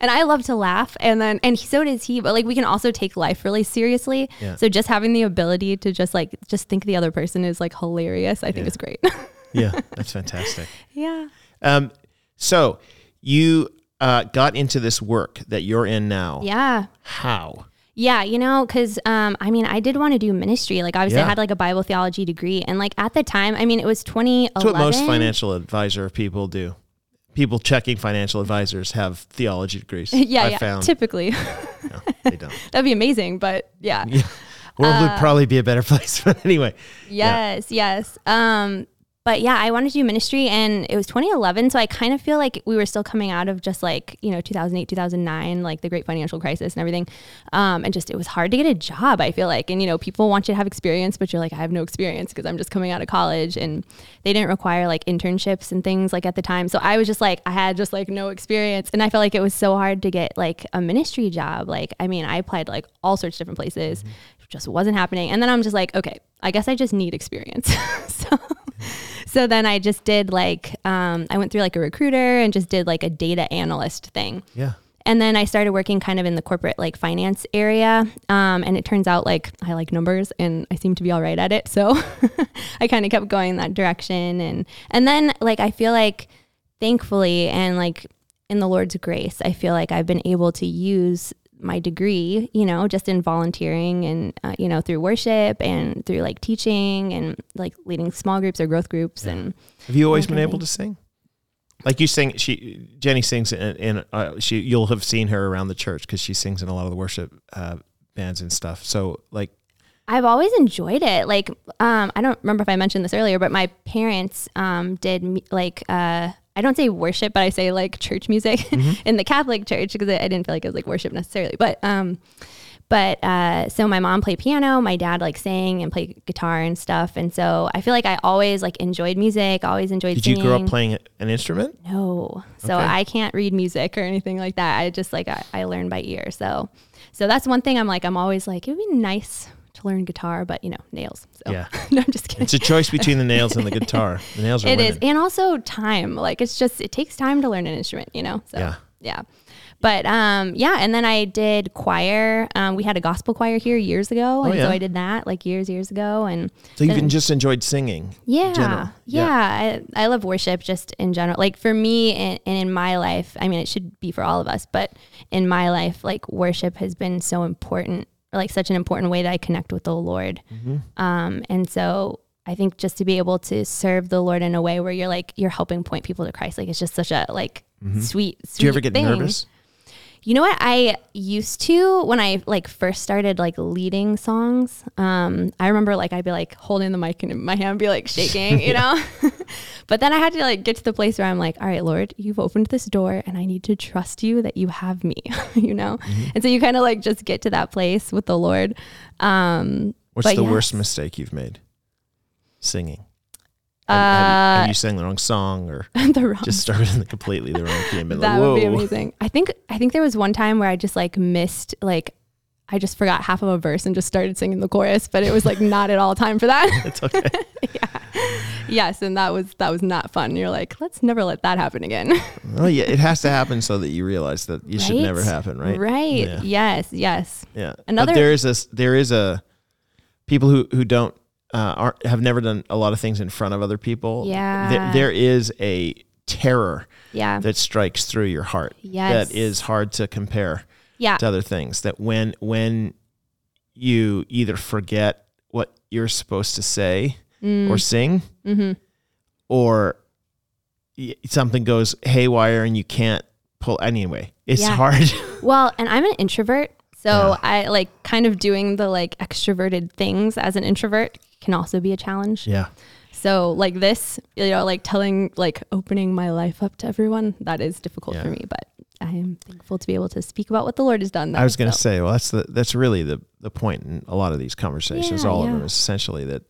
Speaker 3: and i love to laugh and then and so does he but like we can also take life really seriously
Speaker 2: Yeah.
Speaker 3: so just having the ability to just like just think the other person is like hilarious i think
Speaker 2: Yeah.
Speaker 3: is great
Speaker 2: [laughs]
Speaker 3: [laughs]
Speaker 2: [laughs] yeah, that's fantastic.
Speaker 3: yeah
Speaker 2: Um, so you uh, got into this work that you're in now.
Speaker 3: yeah
Speaker 2: How?
Speaker 3: Yeah, you know, because um, I mean, I did want to do ministry. Like, obviously,
Speaker 2: Yeah.
Speaker 3: I had like a Bible theology degree, and like at the time, I mean, it was twenty
Speaker 2: That's
Speaker 3: eleven.
Speaker 2: what most financial advisor people do. People checking financial advisors have theology degrees.
Speaker 3: [laughs] [laughs] yeah,
Speaker 2: I
Speaker 3: yeah.
Speaker 2: found [laughs]
Speaker 3: Typically, [laughs]
Speaker 2: no, they don't. [laughs]
Speaker 3: that'd be amazing, but yeah,
Speaker 2: World
Speaker 3: Uh,
Speaker 2: would probably be a better [laughs] place, but anyway.
Speaker 3: Yes, yes. Um, but yeah, I wanted to do ministry, and it was 2011, so I kind of feel like we were still coming out of just like you know 2008, 2009, like the great financial crisis and everything, um, and just it was hard to get a job. I feel like, and you know, people want you to have experience, but you're like, I have no experience because I'm just coming out of college, and they didn't require like internships and things like at the time. So I was just like, I had just like no experience, and I felt like it was so hard to get like a ministry job. Like, I mean, I applied to, like all sorts of different places, it just wasn't happening. And then I'm just like, okay, I guess I just need experience. [laughs] so, so then I just did like, um, I went through like a recruiter and just did like a data analyst thing.
Speaker 2: Yeah.
Speaker 3: And then I started working kind of in the corporate like finance area. Um, and it turns out like I like numbers and I seem to be all right at it. [laughs] So I kind of kept going that direction. And, and then like, I feel like thankfully and like in the Lord's grace, I feel like I've been able to use my degree, you know, just in volunteering and, uh, you know, through worship and through like teaching and like leading small groups or growth groups. And
Speaker 2: Have you always been
Speaker 3: Okay.
Speaker 2: able to sing? Like you sing, she Jenny sings, and, and uh, she you'll have seen her around the church because she sings in a lot of the worship uh, bands and stuff. So like,
Speaker 3: I've always enjoyed it. Like, um, I don't remember if I mentioned this earlier, but my parents um, did mu- like uh, I don't say worship, but I say like church music [laughs]
Speaker 2: Mm-hmm.
Speaker 3: in the Catholic church because I I didn't feel like it was like worship necessarily. But um, but uh, so my mom played piano, my dad like sang and played guitar and stuff, and so I feel like I always like enjoyed music, always enjoyed.
Speaker 2: did you grow up
Speaker 3: singing.
Speaker 2: playing an instrument?
Speaker 3: No. Oh, So
Speaker 2: Okay.
Speaker 3: I can't read music or anything like that. I just like I, I learn by ear. So so that's one thing I'm like I'm always like it would be nice to learn guitar, but you know, nails. So
Speaker 2: Yeah.
Speaker 3: [laughs] no, I'm just kidding.
Speaker 2: It's a choice between the nails and the guitar. The nails are
Speaker 3: It is.
Speaker 2: women.
Speaker 3: And also time. Like it's just it takes time to learn an instrument, you know. So
Speaker 2: Yeah.
Speaker 3: yeah. But um yeah, and then I did choir. Um we had a gospel choir here years ago. and
Speaker 2: Oh, yeah.
Speaker 3: so I did that like years, years ago and
Speaker 2: So you've just enjoyed singing.
Speaker 3: yeah.
Speaker 2: general.
Speaker 3: Yeah. I, I love worship just in general. Like for me and, and in my life, I mean, it should be for all of us, but in my life, like worship has been so important, like such an important way that I connect with the Lord.
Speaker 2: Mm-hmm.
Speaker 3: Um, and so I think just to be able to serve the Lord in a way where you're like, you're helping point people to Christ, like it's just such a like sweet, sweet
Speaker 2: Mm-hmm. Do you ever get
Speaker 3: thing.
Speaker 2: nervous?
Speaker 3: You know what? I used to when I like first started like leading songs. Um, I remember like I'd be like holding the mic in my hand, be like shaking, you know. [laughs] but then I had to like get to the place where I'm like, all right, Lord, you've opened this door, and I need to trust you that you have me, [laughs] you know.
Speaker 2: Mm-hmm.
Speaker 3: And so you kind of like just get to that place with the Lord. Um,
Speaker 2: What's
Speaker 3: But
Speaker 2: the
Speaker 3: yes.
Speaker 2: worst mistake you've made? Singing.
Speaker 3: uh,
Speaker 2: have, have you, have you sang the wrong song
Speaker 3: [laughs]
Speaker 2: or
Speaker 3: the wrong
Speaker 2: just started in the completely the wrong key and been like,
Speaker 3: that would be
Speaker 2: whoa.
Speaker 3: amazing. I think I think there was one time where I just like missed like I just forgot half of a verse and just started singing the chorus, but it was like not at all time for that.
Speaker 2: [laughs] It's
Speaker 3: [laughs]
Speaker 2: okay.
Speaker 3: yes, and that was that was not fun. You're like, let's never let that happen again.
Speaker 2: well, yeah, it has to happen so that you realize that it should
Speaker 3: Right?
Speaker 2: never happen, [laughs] right?
Speaker 3: Right.
Speaker 2: Yeah.
Speaker 3: Yes, yes.
Speaker 2: Yeah.
Speaker 3: Another-
Speaker 2: but there is a s- there is a people who who don't uh, aren't have never done a lot of things in front of other people.
Speaker 3: Yeah.
Speaker 2: There, there is a terror
Speaker 3: Yeah.
Speaker 2: that strikes through your heart.
Speaker 3: Yes.
Speaker 2: That is hard to compare
Speaker 3: yeah.
Speaker 2: to other things. That when when you either forget what you're supposed to say or sing,
Speaker 3: Mm. Mm-hmm.
Speaker 2: or y- something goes haywire and you can't pull anyway. It's
Speaker 3: Yeah. [laughs]
Speaker 2: hard.
Speaker 3: Well, and I'm an introvert. So
Speaker 2: Yeah.
Speaker 3: I like kind of doing the like extroverted things as an introvert can also be a challenge.
Speaker 2: yeah.
Speaker 3: So like this, you know, like telling like opening my life up to everyone, that is difficult
Speaker 2: Yeah.
Speaker 3: for me, but I am thankful to be able to speak about what the Lord has done.
Speaker 2: I was going to
Speaker 3: to
Speaker 2: say, well, that's the that's really the the point in a lot of these conversations.
Speaker 3: Yeah,
Speaker 2: all of
Speaker 3: yeah.
Speaker 2: them is essentially that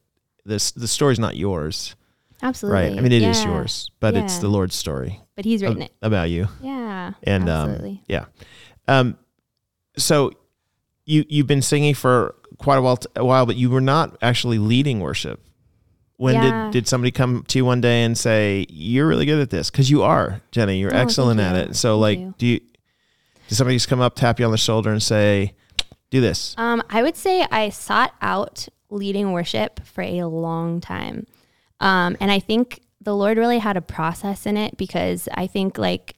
Speaker 2: this the story's not yours,
Speaker 3: absolutely.
Speaker 2: right? I mean, it is
Speaker 3: Yeah.
Speaker 2: yours, but it's
Speaker 3: Yeah.
Speaker 2: the Lord's story
Speaker 3: but he's
Speaker 2: ab-
Speaker 3: written it.
Speaker 2: about you.
Speaker 3: Yeah.
Speaker 2: And um,
Speaker 3: absolutely.
Speaker 2: yeah, um, so you you've been singing for quite a while, t- a while, but you were not actually leading worship. When
Speaker 3: Yeah.
Speaker 2: did did somebody come to you one day and say you're really good at this? Because you are, Jenny. You're
Speaker 3: Oh, thank
Speaker 2: excellent at
Speaker 3: you.
Speaker 2: it. So
Speaker 3: Thank
Speaker 2: like,
Speaker 3: you.
Speaker 2: do you? Did somebody just come up, tap you on the shoulder, and say, "Do this"?
Speaker 3: Um, I would say I sought out leading worship for a long time. Um, and I think the Lord really had a process in it because I think, like,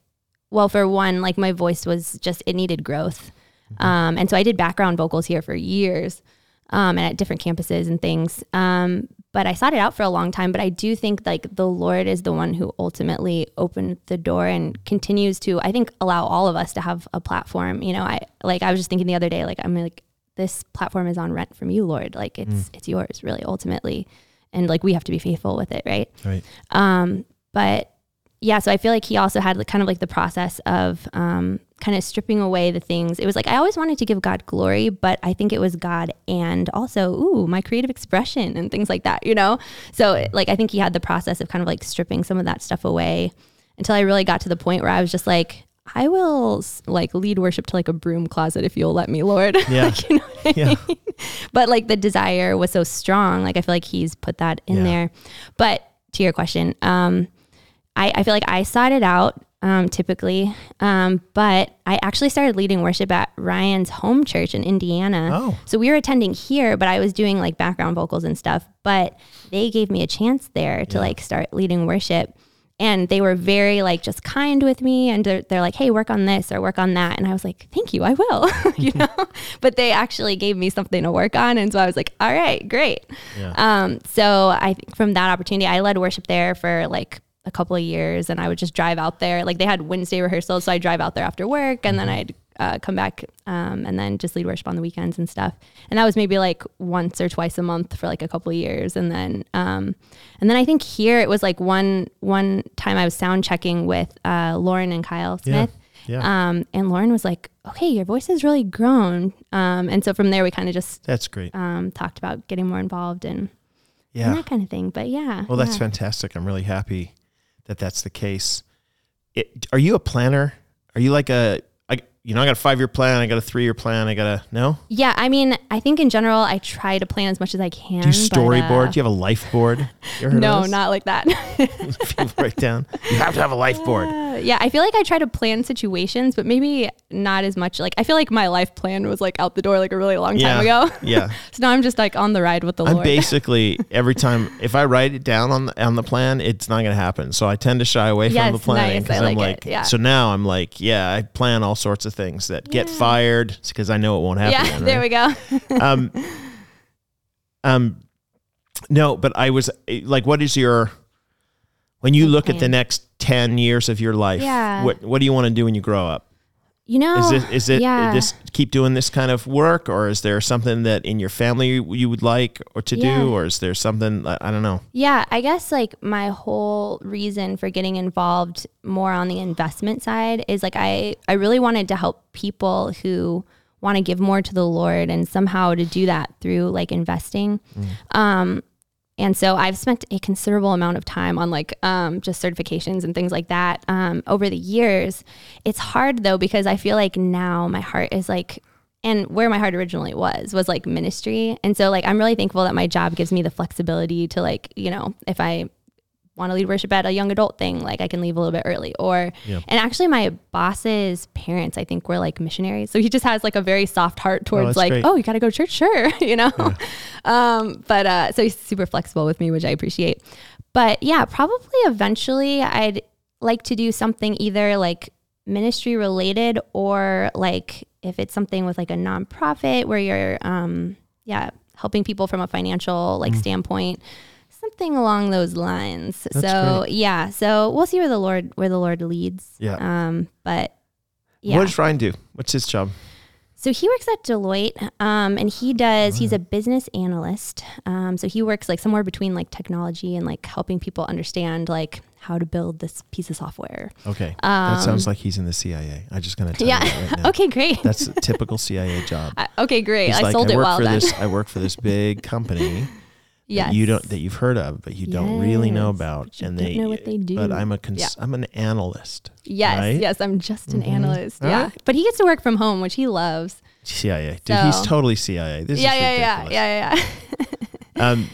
Speaker 3: well, for one, like my voice was just, it needed growth.
Speaker 2: Mm-hmm.
Speaker 3: Um, and so I did background vocals here for years um, and at different campuses and things. Um, but I sought it out for a long time. But I do think, like, the Lord is the one who ultimately opened the door and continues to, I think, allow all of us to have a platform. You know, I like, I was just thinking the other day, like, I'm like, this platform is on rent from you, Lord. Like, it's it's yours, really, ultimately. And like, we have to be faithful with it, right?
Speaker 2: Right.
Speaker 3: Um, but yeah, so I feel like he also had like, kind of like the process of um, kind of stripping away the things. It was like I always wanted to give God glory, but I think it was God and also ooh my creative expression and things like that, you know. So like I think he had the process of kind of like stripping some of that stuff away until I really got to the point where I was just like. I will s- like lead worship to like a broom closet if you'll let me, Lord. [laughs]
Speaker 2: Yeah.
Speaker 3: Like, you know what I
Speaker 2: Yeah.
Speaker 3: mean? But like the desire was so strong. Like I feel like he's put that in
Speaker 2: Yeah.
Speaker 3: there. But to your question, um, I, I feel like I sought it out um, typically, um, but I actually started leading worship at Ryan's home church in Indiana.
Speaker 2: Oh.
Speaker 3: So we were attending here, but I was doing like background vocals and stuff. But they gave me a chance there to like start leading worship. And they were very like just kind with me. And they're, they're like, hey, work on this or work on that. And I was like, thank you, I will, [laughs] you know? But they actually gave me something to work on. And so I was like, all right, great. Um, so I think from that opportunity, I led worship there for like a couple of years, and I would just drive out there. Like they had Wednesday rehearsals, so I would drive out there after work, and then
Speaker 2: Mm-hmm.
Speaker 3: I'd uh, come back um, and then just lead worship on the weekends and stuff. And that was maybe like once or twice a month for like a couple of years, and then um, and then I think here it was like one one time I was sound checking with uh, Lauren and Kyle Smith.
Speaker 2: Yeah.
Speaker 3: Um, and Lauren was like, okay, your voice has really grown. Um, and so from there, we kind of just
Speaker 2: That's great.
Speaker 3: um, talked about getting more involved and and
Speaker 2: Yeah.
Speaker 3: that kind of thing. But yeah.
Speaker 2: Well, that's
Speaker 3: yeah.
Speaker 2: fantastic. I'm really happy that that's the case. It, are you a planner? Are you like a, I, you know, I got a five year plan. I got a three year plan. I got a, no?
Speaker 3: Yeah, I mean, I think in general, I try to plan as much as I can.
Speaker 2: Do you
Speaker 3: but, uh,
Speaker 2: storyboard? Do you have a life
Speaker 3: [laughs]
Speaker 2: board? You ever heard of
Speaker 3: no,
Speaker 2: those?
Speaker 3: not like that.
Speaker 2: [laughs]
Speaker 3: [laughs]
Speaker 2: People write down. You have to have a life board.
Speaker 3: Uh, yeah, I feel like I try to plan situations, but maybe not as much. Like I feel like my life plan was like out the door like a really long time
Speaker 2: Yeah.
Speaker 3: ago.
Speaker 2: Yeah.
Speaker 3: [laughs] so now I'm just like on the ride with the
Speaker 2: I'm
Speaker 3: Lord. [laughs]
Speaker 2: basically every time if I write it down on the on the plan, it's not going to happen. So I tend to shy away
Speaker 3: Yes,
Speaker 2: from the planning
Speaker 3: nice. I
Speaker 2: I'm
Speaker 3: like
Speaker 2: like,
Speaker 3: it. Yeah.
Speaker 2: so now I'm like, yeah, I plan all sorts of things that get
Speaker 3: Yeah.
Speaker 2: fired because I know it won't happen.
Speaker 3: [laughs] yeah,
Speaker 2: then,
Speaker 3: there
Speaker 2: right?
Speaker 3: we go.
Speaker 2: um, um, no, but I was eh, like, what is your when you
Speaker 3: Big
Speaker 2: look at the
Speaker 3: plan.
Speaker 2: next ten years of your life?
Speaker 3: Yeah.
Speaker 2: What What do you want to do when you grow up?
Speaker 3: You know,
Speaker 2: Is this is it
Speaker 3: Oh, yeah.
Speaker 2: this keep doing this kind of work, or is there something that in your family you, you would like or to
Speaker 3: Yeah.
Speaker 2: do, or is there something I, I don't know?
Speaker 3: Yeah, I guess like my whole reason for getting involved more on the investment side is like I I really wanted to help people who want to give more to the Lord and somehow to do that through like investing. Um and so I've spent a considerable amount of time on like um, just certifications and things like that um, over the years. It's hard though because I feel like now my heart is like and where my heart originally was was like ministry and so like i'm really thankful that my job gives me the flexibility to like you know if i want to lead worship at a young adult thing like i can leave a little bit early or
Speaker 2: Yeah.
Speaker 3: and actually my boss's parents i think were like missionaries so he just has like a very soft heart towards
Speaker 2: that's
Speaker 3: like
Speaker 2: great.
Speaker 3: oh you gotta go to church [laughs] sure you know um but uh so he's super flexible with me which i appreciate but yeah probably eventually i'd like to do something either like ministry related or like if it's something with like a nonprofit where you're um yeah helping people from a financial
Speaker 2: Hmm.
Speaker 3: like standpoint something along those lines so yeah so we'll see where the lord where the lord leads
Speaker 2: Yeah.
Speaker 3: um but yeah
Speaker 2: What does Ryan do? What's his job?
Speaker 3: so he works at Deloitte, um, and he does. He's a business analyst. Um, so he works like somewhere between like technology and like helping people understand like how to build this piece of software.
Speaker 2: Okay.
Speaker 3: Um,
Speaker 2: that sounds like he's in the CIA. I'm just going to tell
Speaker 3: Yeah.
Speaker 2: you that
Speaker 3: [laughs]
Speaker 2: right now.
Speaker 3: okay, great.
Speaker 2: That's a typical CIA job.
Speaker 3: [laughs] I- okay, great.
Speaker 2: He's
Speaker 3: I
Speaker 2: like,
Speaker 3: sold
Speaker 2: I
Speaker 3: it
Speaker 2: work
Speaker 3: well
Speaker 2: for
Speaker 3: then. [laughs]
Speaker 2: this. I work for this big company.
Speaker 3: yes.
Speaker 2: that you don't that you've heard of, but you don't really know
Speaker 3: Yes,
Speaker 2: about.
Speaker 3: but you don't know what they do.
Speaker 2: But I'm a cons-
Speaker 3: Yeah.
Speaker 2: I'm an analyst.
Speaker 3: Yes,
Speaker 2: right? Mm-hmm.
Speaker 3: yes. I'm just an analyst.
Speaker 2: All
Speaker 3: yeah,
Speaker 2: right.
Speaker 3: but he gets to work from home, which he loves.
Speaker 2: CIA. Dude, he's
Speaker 3: So-
Speaker 2: totally CIA. This
Speaker 3: yeah,
Speaker 2: is
Speaker 3: yeah, yeah,
Speaker 2: ridiculous.
Speaker 3: yeah, [laughs] yeah,
Speaker 2: yeah. Um,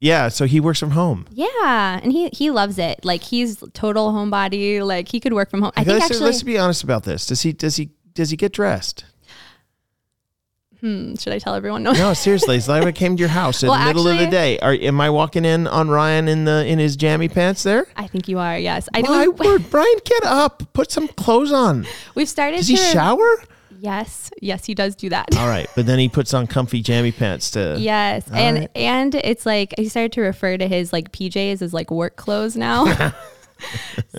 Speaker 2: yeah. So he works from home.
Speaker 3: yeah. Yeah, and he he loves it. Like he's total homebody. Like he could work from home. I
Speaker 2: Like,
Speaker 3: think
Speaker 2: let's,
Speaker 3: actually.
Speaker 2: let's be honest about this. Does he? Does he? Does he get dressed?
Speaker 3: hmm, should I tell everyone?
Speaker 2: No, seriously. It's like I came to your house in
Speaker 3: Well,
Speaker 2: the middle of the
Speaker 3: actually-
Speaker 2: day. Are am I walking in on Ryan in the in his jammy pants there?
Speaker 3: [laughs] I think you are. Yes, I
Speaker 2: My
Speaker 3: think [laughs]
Speaker 2: word, Brian, get up. Put some clothes on.
Speaker 3: we've started.
Speaker 2: Does he
Speaker 3: to-
Speaker 2: shower?
Speaker 3: Yes, yes, he does do that.
Speaker 2: All right, but then he puts on comfy jammy pants
Speaker 3: [laughs]
Speaker 2: to.
Speaker 3: Yes, and
Speaker 2: right.
Speaker 3: and it's like he started to refer to his like PJs as like work clothes now.
Speaker 2: [laughs]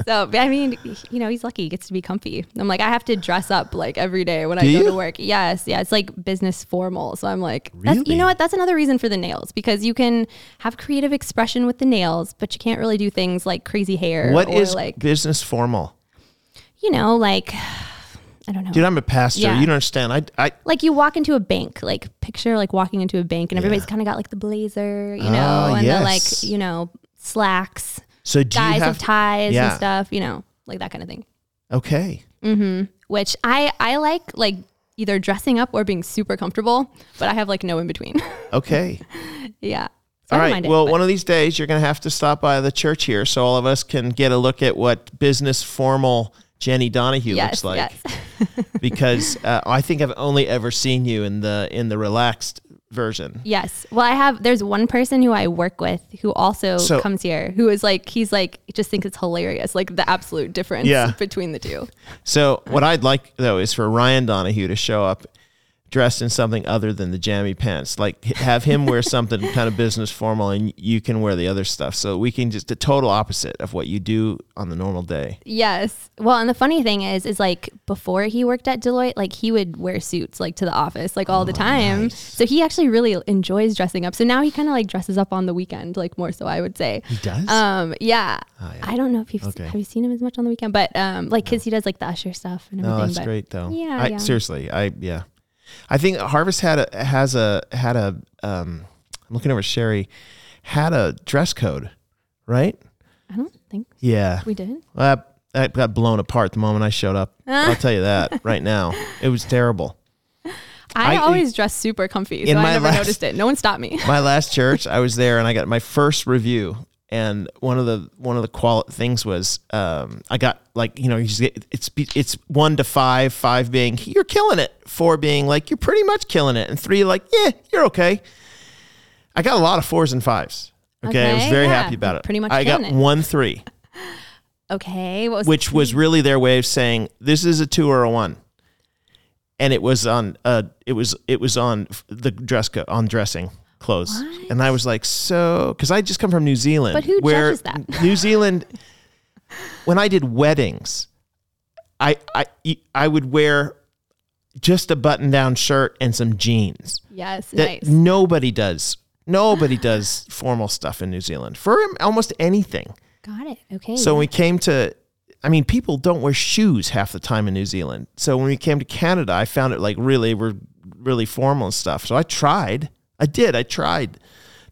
Speaker 3: so but I mean, you know, he's lucky; he gets to be comfy. I'm like, I have to dress up like every day when I
Speaker 2: Do
Speaker 3: go
Speaker 2: you?
Speaker 3: to work. Yes, yeah, it's like business formal. So I'm like, that's, you
Speaker 2: Really?
Speaker 3: know what? That's another reason for the nails because you can have creative expression with the nails, but you can't really do things like crazy hair
Speaker 2: What
Speaker 3: or
Speaker 2: is
Speaker 3: like
Speaker 2: business formal?
Speaker 3: you know, like [sighs] I don't know.
Speaker 2: Dude, I'm a pastor.
Speaker 3: Yeah.
Speaker 2: You don't understand. I, I
Speaker 3: like you walk into a bank, like picture like walking into a bank and everybody's
Speaker 2: Yeah.
Speaker 3: kind of got like the blazer, you know,
Speaker 2: Ah,
Speaker 3: and the
Speaker 2: yes.
Speaker 3: like, you know, slacks,
Speaker 2: so do
Speaker 3: guys
Speaker 2: you have
Speaker 3: have ties
Speaker 2: yeah.
Speaker 3: and stuff, you know, like that kind of thing.
Speaker 2: okay?
Speaker 3: Which I I like like either dressing up or being super comfortable, but I have like no in between.
Speaker 2: Okay.
Speaker 3: [laughs] yeah. So I
Speaker 2: All
Speaker 3: don't
Speaker 2: right.
Speaker 3: mind it,
Speaker 2: well,
Speaker 3: but-
Speaker 2: one of these days you're going to have to stop by the church here so all of us can get a look at what business formal Jenny Donahue looks like
Speaker 3: Yes. [laughs]
Speaker 2: because uh, I think I've only ever seen you in the in the relaxed version.
Speaker 3: Yes. Well, I have. There's one person who I work with who also
Speaker 2: So-
Speaker 3: comes here, who is like, he's like, just thinks it's hilarious, like the absolute difference
Speaker 2: Yeah.
Speaker 3: between the two.
Speaker 2: So what I'd like though is for Ryan Donahue to show up dressed in something other than the jammy pants. Like h- have him
Speaker 3: [laughs]
Speaker 2: wear something kind of business formal and you can wear the other stuff. So we can just the total opposite of what you do on the normal day.
Speaker 3: Yes. Well, and the funny thing is, is like before he worked at Deloitte, like he would wear suits like to the office like all
Speaker 2: Oh,
Speaker 3: the time. So he actually really enjoys dressing up. So now he kind of like dresses up on the weekend, like more so I would say.
Speaker 2: He does? Oh,
Speaker 3: Um. Yeah.
Speaker 2: yeah.
Speaker 3: I don't know if you've
Speaker 2: Okay.
Speaker 3: have you seen him as much on the weekend, but um, like because he does like the usher stuff and everything.
Speaker 2: no, Oh, that's
Speaker 3: but
Speaker 2: great though.
Speaker 3: Yeah,
Speaker 2: I,
Speaker 3: yeah.
Speaker 2: Seriously, I yeah. I think Harvest had a has a had a um I'm looking over at Sherry, had a dress code, right?
Speaker 3: I don't think
Speaker 2: Yeah.
Speaker 3: we did.
Speaker 2: Well, That that got blown apart the moment I showed
Speaker 3: [laughs]
Speaker 2: up. I'll tell you that right now. It was terrible.
Speaker 3: I,
Speaker 2: I- e
Speaker 3: always dress super comfy,
Speaker 2: In
Speaker 3: so
Speaker 2: my
Speaker 3: I never
Speaker 2: last-
Speaker 3: noticed it. No one stopped me. [laughs]
Speaker 2: [laughs] my last church, I was there and I got my first review. And one of the one of the qual things was um, I got like you know you just get, it's it's one to five, five being you're killing it, four being like you're pretty much killing it, and three like yeah you're okay. I got a lot of fours and fives. Okay, I was
Speaker 3: Okay,
Speaker 2: very
Speaker 3: yeah.
Speaker 2: happy about it.
Speaker 3: Pretty much
Speaker 2: I got
Speaker 3: killing it.
Speaker 2: one three,
Speaker 3: Okay. What was
Speaker 2: which was really their way of saying this is a two or a one. And it was on uh, it was it was on f- the dress co- on dressing clothes,
Speaker 3: What?
Speaker 2: and I was like, so because I just come from New Zealand,
Speaker 3: But who
Speaker 2: where
Speaker 3: judges
Speaker 2: [laughs]
Speaker 3: that?
Speaker 2: New Zealand, when I did weddings, I I I would wear just a button down shirt and some jeans
Speaker 3: yes.
Speaker 2: that
Speaker 3: Nice.
Speaker 2: nobody does. Nobody does formal stuff in New Zealand for almost anything.
Speaker 3: Got it. Okay.
Speaker 2: So when we came to, I mean, people don't wear shoes half the time in New Zealand. So when we came to Canada, I found it like really, we're really formal and stuff. So I tried, I did, I tried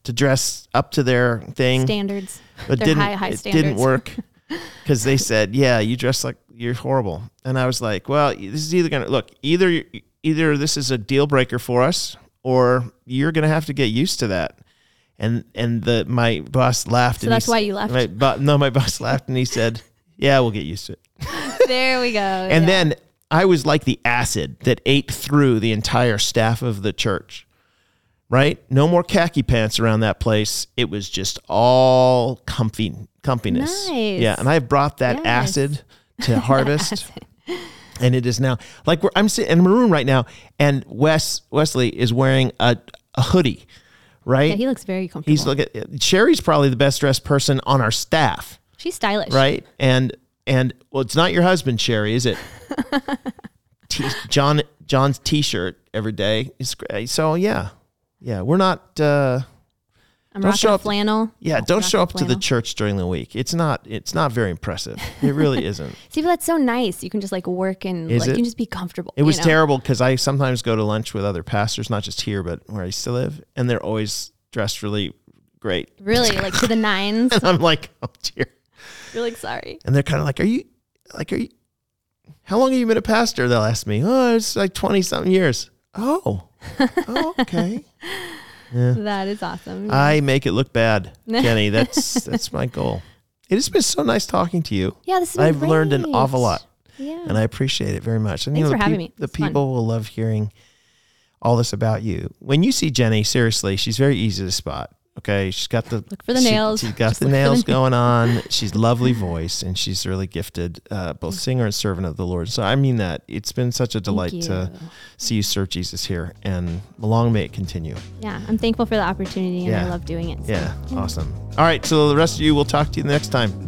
Speaker 2: to dress up to their thing,
Speaker 3: standards.
Speaker 2: but
Speaker 3: They're
Speaker 2: didn't
Speaker 3: high, high
Speaker 2: it
Speaker 3: standards.
Speaker 2: didn't work because they said, yeah, you dress like you're horrible, and I was like, well, this is either gonna look either. either this is a deal breaker for us or you're going to have to get used to that. And and the my boss laughed.
Speaker 3: So
Speaker 2: and he
Speaker 3: that's
Speaker 2: s-
Speaker 3: why you left.
Speaker 2: My, bo- no, my boss laughed and he said, "Yeah, we'll get used to it."
Speaker 3: [laughs] there we go.
Speaker 2: And then I was like the acid that ate through the entire staff of the church. Right? No more khaki pants around that place. It was just all comfy comfiness.
Speaker 3: Nice.
Speaker 2: Yeah, and I brought that
Speaker 3: Yes.
Speaker 2: acid
Speaker 3: [laughs]
Speaker 2: to harvest. And it is now like we're, I'm sitting in a room right now, and Wes Wesley is wearing a, a hoodie, right?
Speaker 3: yeah, he looks very comfortable.
Speaker 2: He's looking. Sherry's probably the best dressed person on our staff
Speaker 3: She's stylish.
Speaker 2: right? And and well, it's not your husband, Sherry,
Speaker 3: [laughs]
Speaker 2: is it? T- John John's T-shirt every day is great. So yeah, yeah, we're not. Uh,
Speaker 3: I'm
Speaker 2: Don't
Speaker 3: rocking
Speaker 2: show
Speaker 3: a
Speaker 2: up-
Speaker 3: flannel.
Speaker 2: yeah, don't
Speaker 3: rock
Speaker 2: show
Speaker 3: the
Speaker 2: up to the
Speaker 3: flannel.
Speaker 2: church during the week. It's not. It's not very impressive. It
Speaker 3: [laughs]
Speaker 2: really isn't.
Speaker 3: See, but that's so nice. You can just like work and
Speaker 2: Is
Speaker 3: like you
Speaker 2: it?
Speaker 3: can just be comfortable.
Speaker 2: It was
Speaker 3: you know?
Speaker 2: terrible because I sometimes go to lunch with other pastors, not just here, but where I used to live, and they're always dressed really great. [laughs]
Speaker 3: Really, like to the nines.
Speaker 2: And I'm like, oh dear.
Speaker 3: You're like, sorry.
Speaker 2: And they're kind of like, "Are you like are you? How long have you been a pastor?" They'll ask me. Oh, it's like twenty something years. Oh, oh okay.
Speaker 3: That is awesome.
Speaker 2: I make it look bad, Kenny. That's that's my goal. It has been so nice talking to you,
Speaker 3: yeah, this is
Speaker 2: I've learned an awful lot.
Speaker 3: Yeah.
Speaker 2: and I appreciate it very much. And
Speaker 3: Thanks
Speaker 2: the
Speaker 3: for having
Speaker 2: peop-
Speaker 3: me.
Speaker 2: The
Speaker 3: It's fun.
Speaker 2: people will love hearing all this about you. When you see Jenny, seriously, she's very easy to spot. Okay, she's got the
Speaker 3: Look for the
Speaker 2: she-
Speaker 3: nails. [laughs]
Speaker 2: She's got
Speaker 3: Just
Speaker 2: the
Speaker 3: look for the
Speaker 2: nails going on. She's lovely voice, and she's really gifted, uh, both singer and servant of the Lord. So I mean that it's been such a delight
Speaker 3: Mm. Thank
Speaker 2: to
Speaker 3: you.
Speaker 2: see you serve Jesus here, and long may it continue.
Speaker 3: Yeah, I'm thankful for the opportunity and
Speaker 2: Yeah.
Speaker 3: I love doing it. so.
Speaker 2: Yeah, awesome. All right, so the rest of you, we'll talk to you next time.